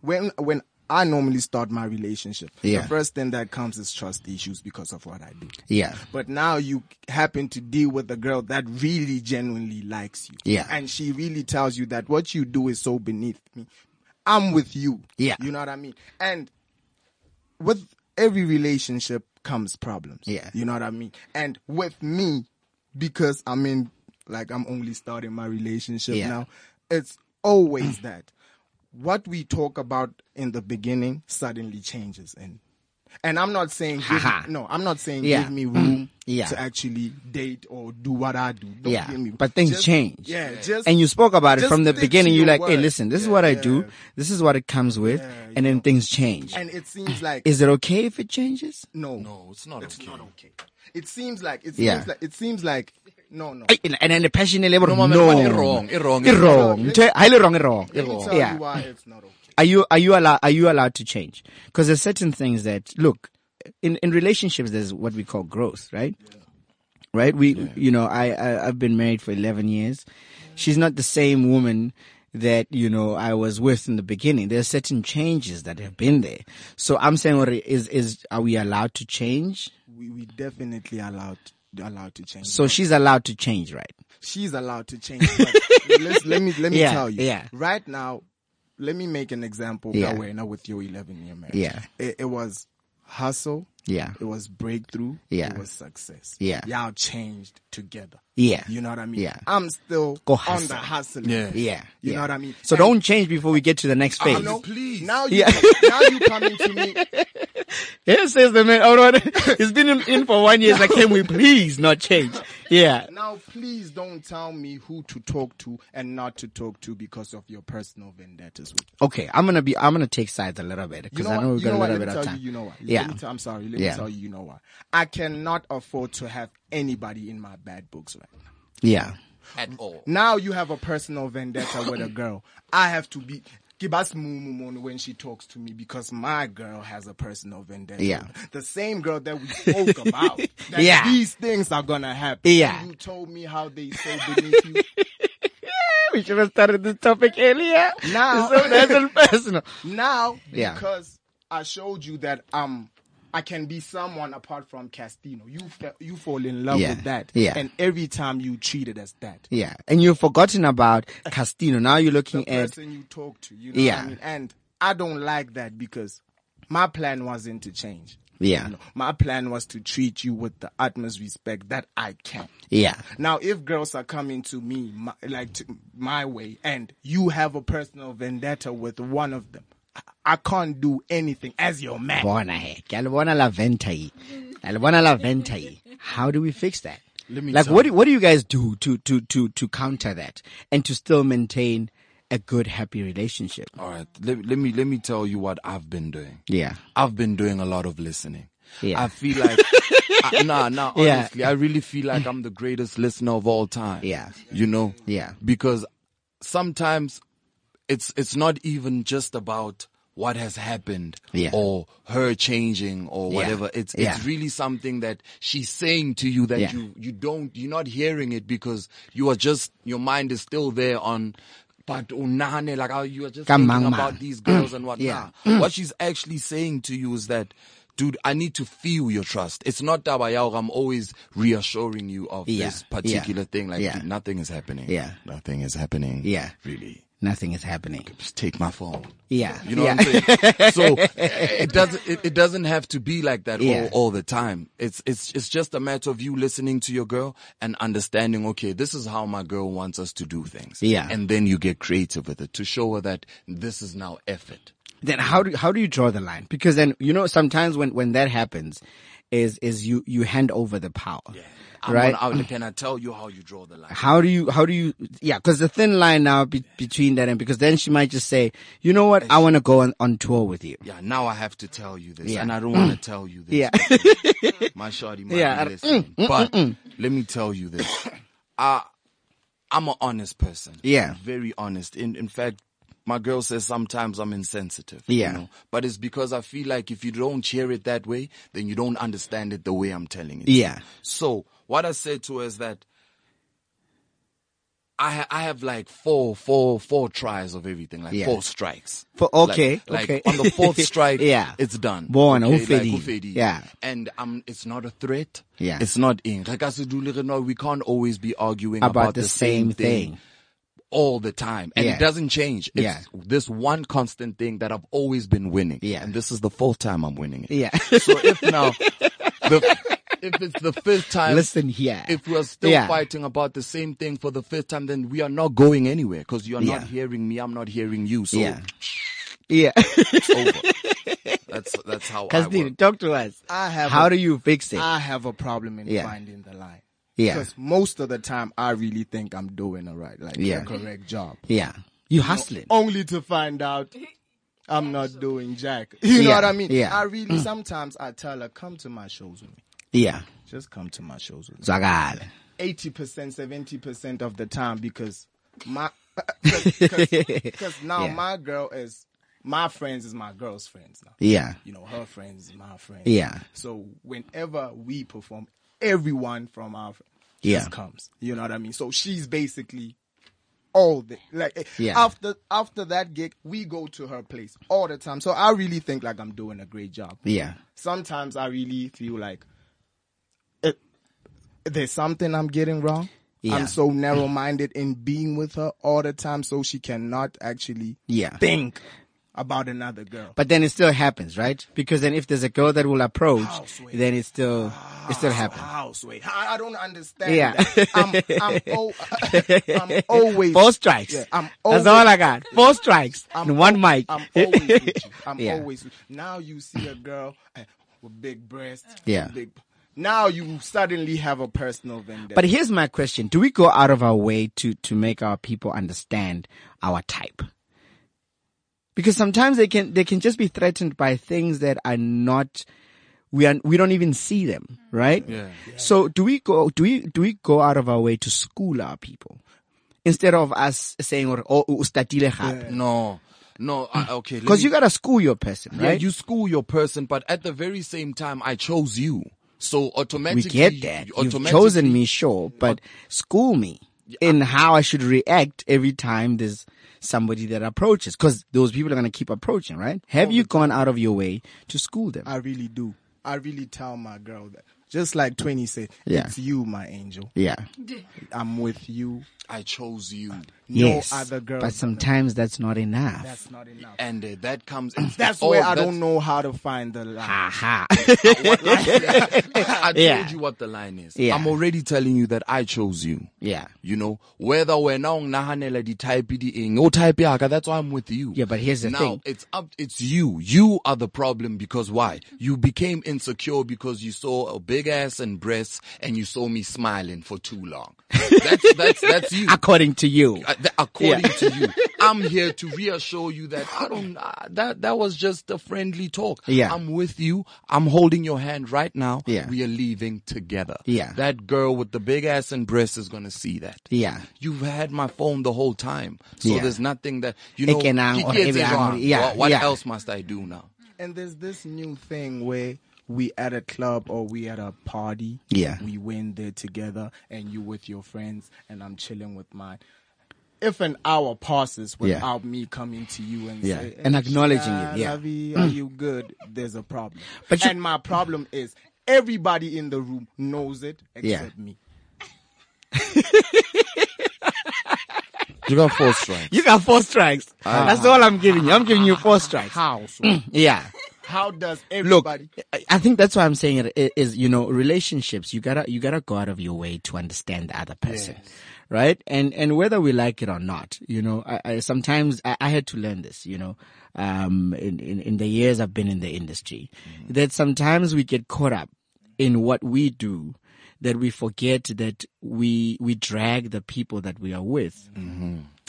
when when I normally start my relationship, Yeah. the first thing that comes is trust issues because of what I do. Yeah. But now you happen to deal with a girl that really genuinely likes you. Yeah. And she really tells you that what you do is so beneath me. I'm with you. Yeah. You know what I mean? And with every relationship comes problems. Yeah. You know what I mean? And with me, because I'm in, like, I'm only starting my relationship Yeah. now, it's always that. What we talk about in the beginning suddenly changes. And, and I'm not saying, give, Haha. no, I'm not saying Yeah. Mm-hmm. give me room Yeah. to actually date or do what I do. Don't Yeah. give me- But things just- change. Yeah. Just, And you spoke about it just from the stick to beginning. You're your like, hey, word." listen, this is Yeah, what I yeah. do. This is what it comes with. Yeah, you and then things change. And it seems like, Is it okay if it changes? no, no, it's not okay. okay. It seems like it seems Yeah. like it seems like no no. Ay, And then the passion level. No, mama, no. it's wrong, it's wrong, It's it's wrong. It's highly wrong. It's wrong. Let me tell you Yeah. why it's not okay. Are you are you allowed are you allowed to change? Because there's certain things that look in in relationships. There's what we call growth, right? Right. We you know I, I I've been married for 11 years. She's not the same woman that you know I was with in the beginning. There's certain changes that have been there. So I'm saying, already, is is are we allowed to change? We we definitely allowed allowed to change. So she's allowed to change, right? she's allowed to change. But let's, let me let me Yeah, tell you. yeah. Right now, let me make an example. Yeah. Yeah. Now with your 11 year marriage. Yeah. It, it was hustle. Yeah. It was breakthrough. Yeah. It was success. Yeah. Y'all changed together. Yeah. You know what I mean? Yeah. I'm still Go on hustle. the hustling. Yeah. Yeah. You yeah. know what I mean? So And- don't change before we get to the next phase. I know, Please. Now you now you coming to me Here says the man. Oh no, he's been in, in for one year. Like, can we please not change? Yeah, Now, please don't tell me who to talk to and not to talk to because of your personal vendettas. With me. Okay, I'm gonna be. I'm gonna take sides a little bit because I know what? we've you got know a what? little Let me bit of tell time. you, you know what? Let yeah, me tell, I'm sorry. Let Yeah. me tell you, you know what? I cannot afford to have anybody in my bad books right now. yeah, At all. Now you have a personal vendetta with a girl. I have to be. Kibas mumumon when she talks to me because my girl has a personal vendetta. Yeah. The same girl that we spoke about. That Yeah. These things are gonna happen. Yeah. You told me how they so beneath you. we should have started this topic earlier. Now- so that's personal. Now, Yeah. because I showed you that um I can be someone apart from Castino. You fa- you fall in love Yeah. with that, Yeah. and every time you treat it as that, Yeah, and you've forgotten about Castino. Now you're the looking at person you talk to, you know what Yeah. I mean. And I don't like that because my plan wasn't to change. Yeah. You know, my plan was to treat you with the utmost respect that I can. yeah, Now, if girls are coming to me my, like to my way, and you have a personal vendetta with one of them, I, I can't do anything as your man. bona he, Kalibona la ventai, Kalibona la ventai. How do we fix that? like, what do, what do you guys do to to to to counter that and to still maintain a good, happy relationship? All right. Let, let me, let me tell you what I've been doing. Yeah. I've been doing a lot of listening. Yeah. I feel like, I, nah, nah, Yeah. honestly, I really feel like I'm the greatest listener of all time. Yeah. You know? Yeah. Because sometimes it's, it's not even just about what has happened Yeah. or her changing or Yeah. whatever. It's, it's Yeah. really something that she's saying to you that Yeah. you, you don't, you're not hearing it because you are just, your mind is still there on, but unane, like how you are just Ka thinking mang mang. about these girls and whatnot. Yeah. What she's actually saying to you is that dude, I need to feel your trust. It's not Tabayao, I'm always reassuring you of Yeah, this particular yeah, thing. Like, yeah. dude, nothing is happening. Yeah. Nothing is happening. Yeah. Really. Nothing is happening. Just take my phone. Yeah. You know yeah. what I'm saying? So uh, it doesn't it, it doesn't have to be like that Yeah. all, all the time. It's it's it's just a matter of you listening to your girl and understanding, okay, this is how my girl wants us to do things. Yeah. And then you get creative with it to show her that this is now effort. then how do how do you draw the line? Because then you know sometimes when when that happens, is is you you hand over the power, I'm right? gonna- I- can I tell you how you draw the line? how do you how do you yeah? Because the thin line now be, between that and because then she might just say, you know what, I want to go on, on tour with you. Yeah, now I have to tell you this, Yeah. and I don't want to tell you this. Yeah. because my shawty might Yeah, be I- mm, listening, but let me tell you this: I, I'm an honest person. Yeah. very honest. In in fact, my girl says sometimes I'm insensitive. Yeah. but it's because I feel like if you don't hear it that way, then you don't understand it the way I'm telling it. Yeah, So what I said to her is that I ha- I have like four four four tries of everything, like Yeah. four strikes. For- okay, like, okay. Like on the fourth strike, Yeah. it's done. Bona, okay, ufedile. ufedile. Yeah. and um, it's not a threat. Yeah. it's not in. Like I said, no, we can't always be arguing about, about, the, same thing. all the time and Yeah. it doesn't change. It's Yeah. this one constant thing that I've always been winning. Yeah. And this is the fourth time I'm winning it. Yeah. So if now, the, if it's the fifth Um, time, Listen here. if we're still Yeah. fighting about the same thing for the fifth time, then we are not going anywhere because you're Yeah. not hearing me. I'm not hearing you. So Yeah. yeah, it's over. That's, that's how I Kasdini, work. talk to us. I have How a- do you fix it? I have a problem in Yeah. finding the line. yeah, Because most of the time, I really think I'm doing the right, like Yeah. the correct job. yeah. You hustling? Only to find out I'm not doing jack. You know Yeah, what I mean? yeah. Mm. I really sometimes I tell her, come to my shows with me. Yeah, Just come to my shows with me. Zagala. Eighty percent, seventy percent of the time because my because now Yeah. my girl is my friends is my girl's friends now. Yeah, You know, her friends is my friends. Yeah. So whenever we perform, everyone from our friends Yeah. comes. You know what I mean? So she's basically all the like eh, Yeah. after after that gig, we go to her place all the time. So I really think like I'm doing a great job yeah, sometimes I really feel like it, there's something I'm getting wrong. Yeah. I'm so narrow minded in being with her all the time, so she cannot actually yeah. think about another girl. But then it still happens, right? Because then if there's a girl that will approach, Houseway. then it still it still Ah, happens. House wait, I, I don't understand. Yeah. that. I'm, I'm, al- I'm always Four strikes. Yeah, I'm That's always- all I got. Four strikes I'm and one al- mic. I'm always with you. I'm Yeah. always with Now you see a girl eh, with big breasts. Yeah. Big, now you suddenly have a personal vendetta. But here's my question: Do we go out of our way to to make our people understand our type? Because sometimes they can they can just be threatened by things that are not we are we don't even see them, right? Yeah. So do we go do we do we go out of our way to school our people instead of us saying or oh ustatile gape? No, no. I, okay. let Because me- you gotta school your person, Yeah, right? you school your person, but at the very same time, I chose you. So we automatically, get that. you You've automatically- chosen me, sure, but school me in how I should react every time there's somebody that approaches, because those people are gonna keep approaching, right? Have you gone out of your way to school them? I really do. I really tell my girl that. Just like 20 said, Yeah. it's you, my angel. yeah. I'm with you. I chose you. No yes. other girl. But sometimes that's not enough. That's not enough. And uh, that comes. That's Oh, all where I that- don't know how to find the line. Aha. I told Yeah. you what the line is. Yeah. I'm already telling you that I chose you. yeah. You know, whether we're now nahanela di type di eng, o type yaka, that's why I'm with you. Yeah, but here's the now, thing. it's up, it's you. You are the problem because why? You became insecure because you saw a big ass and breasts and you saw me smiling for too long. That's, that's, that's you. According to you. Uh, th- according Yeah. to you. I'm here to reassure you that I don't. Uh, that that was just a friendly talk. Yeah. I'm with you. I'm holding your hand right now. Yeah. we are leaving together. Yeah. that girl with the big ass and breasts is gonna see that. Yeah. you've had my phone the whole time, so Yeah. there's nothing that you know. Ekenang or Kiketse Ebenang jwang. or- yeah, What, what yeah. else must I do now? And there's this new thing where we at a club or we at a party. Yeah. We went there together and you with your friends and I'm chilling with mine. if an hour passes Yeah. without me coming to you and Yeah. say, And acknowledging you, Shah, yeah. Ravi, are you good? There's a problem. But you- and my problem is everybody in the room knows it except me. You got four strikes. You got four strikes. That's all I'm giving you. I'm giving you four strikes. How? so? Ah. Yeah. How does Look, everybody? I- I think that's why I'm saying it i- is, you know, relationships, you gotta, you gotta go out of your way to understand the other person. Right? And, and whether we like it or not, you know, I, I sometimes I, I had to learn this, you know, um, in, in, in the years I've been in the industry that sometimes we get caught up in what we do that we forget that we, we drag the people that we are with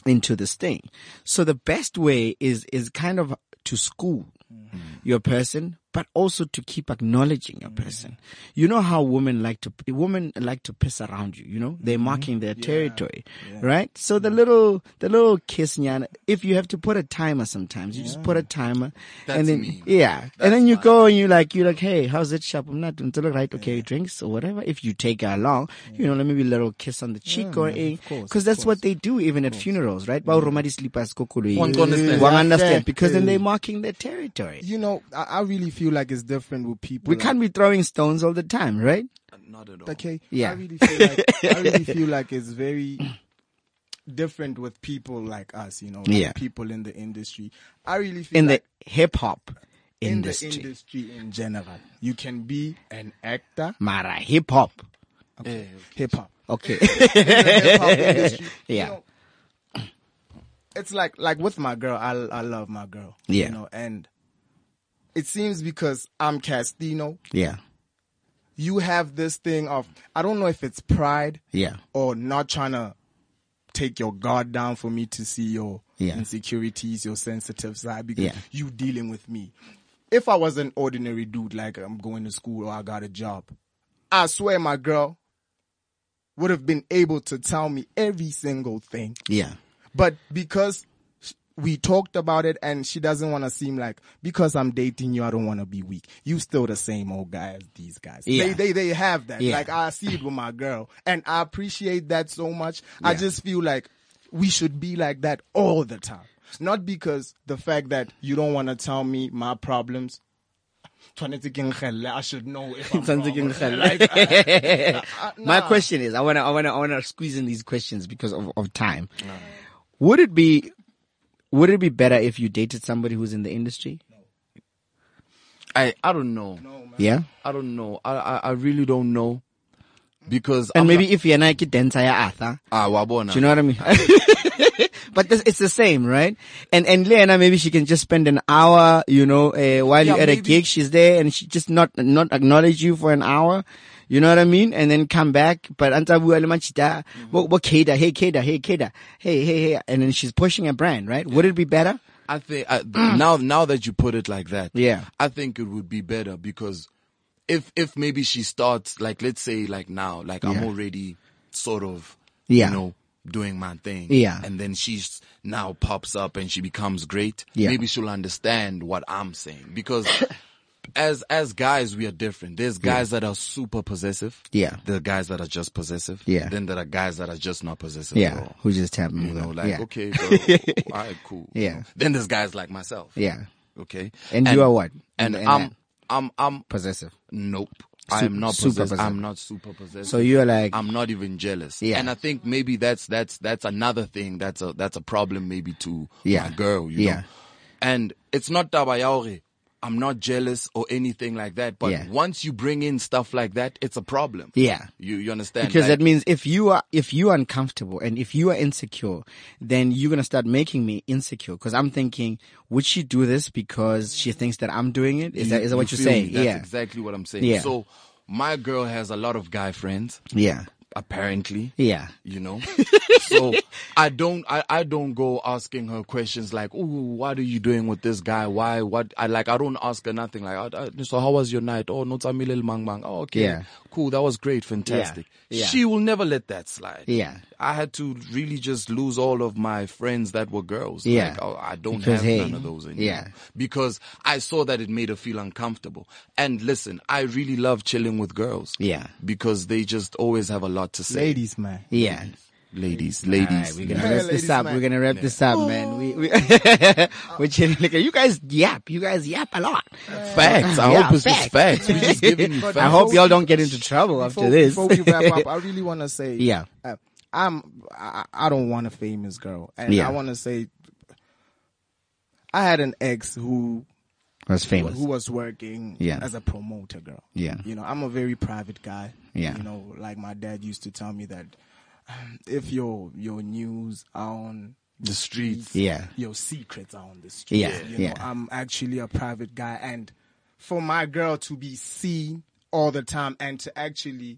into this thing. So the best way is is kind of to school Mm-hmm. your person, but also to keep acknowledging your Mm-hmm. person. You know how women like to women like to piss around you. You know they're Mm-hmm. marking their territory, right? So the little the little kiss nyan. If you have to put a timer, sometimes you just put a timer, That's and then mean. yeah, and then you go and you like you like, hey, how's it sharp? I'm not doing it look right. Okay, drinks or whatever. If you take her along, you know, maybe a little kiss on the cheek or a because that's what they do even at funerals, right? Ba uroma dislipa esikolweni. Hmm. One understands. One understand because then Exactly. they're marking their territory. You know, I, I really feel like it's different with people. We like- can't be throwing stones all the time, right? Not at all. Okay. Yeah. I really feel like I really feel like it's very different with people like us, you know, like Yeah. people in the industry. I really feel In like the hip hop in industry. the industry in general. You can be an actor, Mara hip hop. hip hop. Okay. hip hop industry. you Yeah. know, it's like like with my girl, I I love my girl. Yeah. You know, and it seems because I'm Castino, yeah. you have this thing of I don't know if it's pride Yeah. or not trying to take your guard down for me to see your Yeah. insecurities, your sensitive side because Yeah. you dealing with me. If I was an ordinary dude, like I'm going to school or I got a job, I swear my girl would have been able to tell me every single thing. Yeah. But because sh- we talked about it and she doesn't want to seem like, because I'm dating you, I don't want to be weak. You still the same old guy as these guys. Yeah. They, they, they have that. Yeah. Like I see it with my girl and I appreciate that so much. I Yeah. just feel like we should be like that all the time. Not because the fact that you don't want to tell me my problems. I should know if I'm wrong. My question is, I wanna, I wanna, I wanna squeeze in these questions because of, of time. Would it be, would it be better if you dated somebody who's in the industry? I, I don't know. Yeah. I don't know. I, I, I really don't know. Because And I'm maybe if you're Nike dancer, you're Arthur. not- ah, wabona. Do you know what I mean? but this, it's the same, right? And and Lena, maybe she can just spend an hour, you know, uh, while Yeah, you're at a maybe. gig, she's there, and she just not not acknowledge you for an hour. You know what I mean? And then come back, but antabuwa le machita, Mm-hmm. wo- wo Keda, hey Keda, hey Keda, hey, hey, hey, and then she's pushing a brand, right? Would it be better? I think I, now now that you put it like that, Mm. Yeah. I think it would be better because if if maybe she starts like let's say like now like I'm Yeah. already sort of Yeah. you know doing my thing Yeah. and then she's now pops up and she becomes great Yeah. maybe she'll understand what I'm saying because. As as guys, we are different. There's guys that are super possessive. Yeah. There are guys that are just possessive. Yeah. Then there are guys that are just not possessive at Yeah, all. who just happened? You know, like yeah. okay, bro, all right, cool. you Yeah. know. Then there's guys like myself. yeah, Okay. And you are what? And, And- I'm, I'm, I'm, possessive. nope. Sup- I'm not super possessed. possessive. I'm not super possessed. So you're like, I'm not even jealous. Yeah. And I think maybe that's, that's, that's another thing. That's a, that's a problem maybe to Yeah. my girl, you Yeah. know? And it's not tabayaore. I'm not jealous or anything like that. But Yeah. once you bring in stuff like that, it's a problem. Yeah. You, you understand? Because Like, that means if you are if you are uncomfortable and if you are insecure, then you're gonna start making me insecure. Because I'm thinking, would she do this because she thinks that I'm doing it? Is you- that is that what you you're feel me? saying? That's yeah, exactly what I'm saying. Yeah. So my girl has a lot of guy friends, yeah, apparently. yeah, you know so i don't I, I don't go asking her questions like oh what are you doing with this guy why what i like i don't ask her nothing like I, I- so how was your night oh no tamilil mang mang oh okay Yeah. cool that was great fantastic Yeah. Yeah. she will never let that slide Yeah. i had to really just lose all of my friends that were girls Yeah. like, oh, i don't Because, have hey, none of those anymore yeah. because i saw that it made her feel uncomfortable and listen i really love chilling with girls Yeah. because they just always have a lot to say Ladies, man. yeah. ladies, ladies. Alright, we're gonna Yeah, wrap ladies this up. man. We're gonna wrap this up, man. We, we we're chilling. Like, you guys yap. You guys yap a lot. facts. I Yeah, hope it's just facts. We're just giving you But facts. I hope y'all don't get into trouble after before- this. Before we wrap up, I really want to say, Yeah. uh, I'm. I, I don't want a famous girl, and Yeah. I want to say, I had an ex who That's famous. who was working Yeah. as a promoter girl. Yeah. you know, I'm a very private guy. Yeah. you know, like my dad used to tell me that um, if your your news are on the streets. Yeah. your secrets are on the street. Yeah, you yeah. Know, I'm actually a private guy, and for my girl to be seen all the time and to actually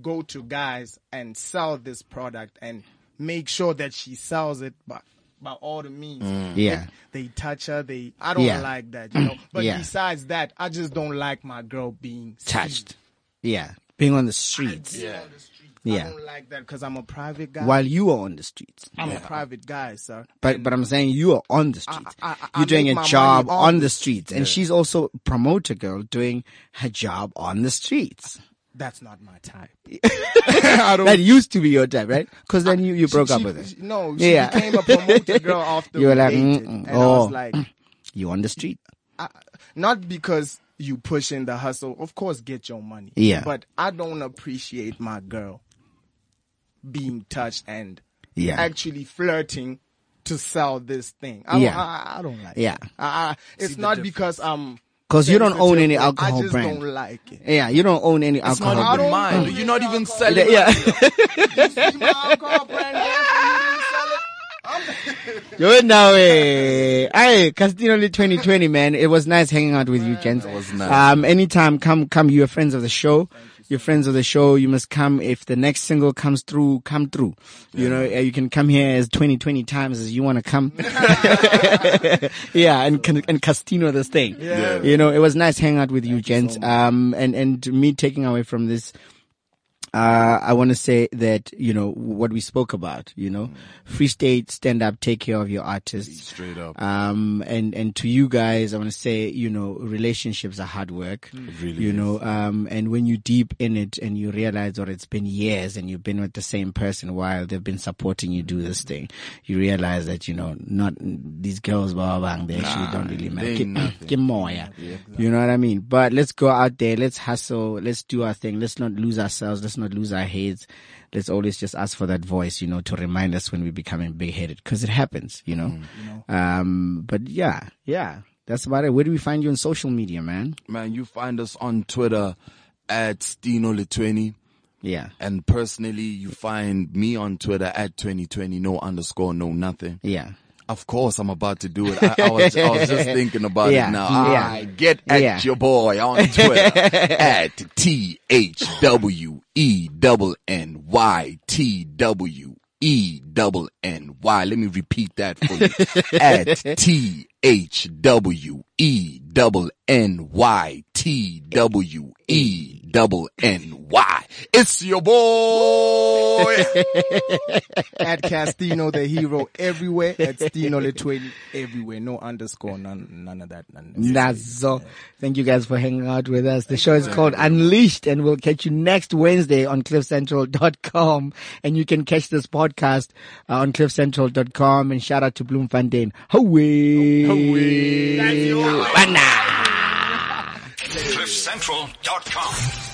go to guys and sell this product and make sure that she sells it, by by all the means, Mm. Yeah. they touch her. They I don't Yeah. Mm. like that, you know. But Yeah. besides that, I just don't like my girl being Touched. Yeah. Being on the streets. Seen yeah. On the street. Yeah. I don't like that because I'm a private guy. While you are on the streets. I'm a private guy, sir. But but I'm saying you are on the streets. I- I- I You're doing make a my job money on on the streets, and she's also a promoter girl doing her job on the streets. That's not my type. That used to be your type, right? Because then you, you broke up she- with her. she- no, she Yeah. became a promoter girl after You you were were like, dated, mm-mm, and I oh. was like, You on the street? not because you pushing the hustle. Of course, get your money. Yeah. but I don't appreciate my girl being touched and Yeah. actually flirting to sell this thing. I Yeah. don't, I, I don't like. Yeah. it. I, I, it's not because I'm. 'Cause you don't own any sensitive, but alcohol I just brand. don't like it. Yeah, you don't own any It's not alcohol. even brand. mine. You're not even selling. it. Yeah, See my alcohol brand there, so you didn't sell it? you're now. Hey, Castino 2020, man. It was nice hanging out with you, gents. It was nice. Um, anytime, come, come. You are friends of the show. You're friends of the show. You must come. If the next single comes through, come through. You know, uh, you can come here as 20, 20 times as you want to come. yeah, and can- and Castino this thing. Yeah. You know, it was nice hanging out with you, gents. um, and and me taking away from this. Uh, I want to say that, you know, what we spoke about, you know, free state, stand up, take care of your artists. Straight up. Um, and, and to you guys, I want to say, you know, relationships are hard work. really you know, um, and when you deep in it and you realize that it's been years and you've been with the same person while they've been supporting you do this thing, you realize that, you know, not these girls, blah, blah, blah, they actually don't really matter. they Ki- nothing. ki- more, yeah. You know what I mean? But let's go out there, let's hustle, let's do our thing, let's not lose ourselves, let's not lose our heads. Let's always just ask for that voice, you know, to remind us when we're becoming big headed, because it happens, Mm. you know? Um, but yeah, yeah, that's about it. Where do we find you on social media, man? Man, you find us on Twitter at Stino Litweni. Yeah, And personally, you find me on Twitter at 2020, no underscore, no nothing. yeah. Of course, I'm about to do it. I, I, was, I was just thinking about Yeah, it now. yeah. I get at Yeah. your boy on Twitter at T H W E double N Y T W E double N Y. Let me repeat that for you. at T H W E double N Y T W E double N Y. It's your boy. at Castino the hero everywhere at Stino the 20 everywhere no underscore none none of that none of that. Nazo. Thank you guys for hanging out with us. The show is called Unleashed and we'll catch you next Wednesday on cliffcentral.com and you can catch this podcast uh, on cliffcentral.com and shout out to Bloom Van Den. Howie. CliffCentral.com.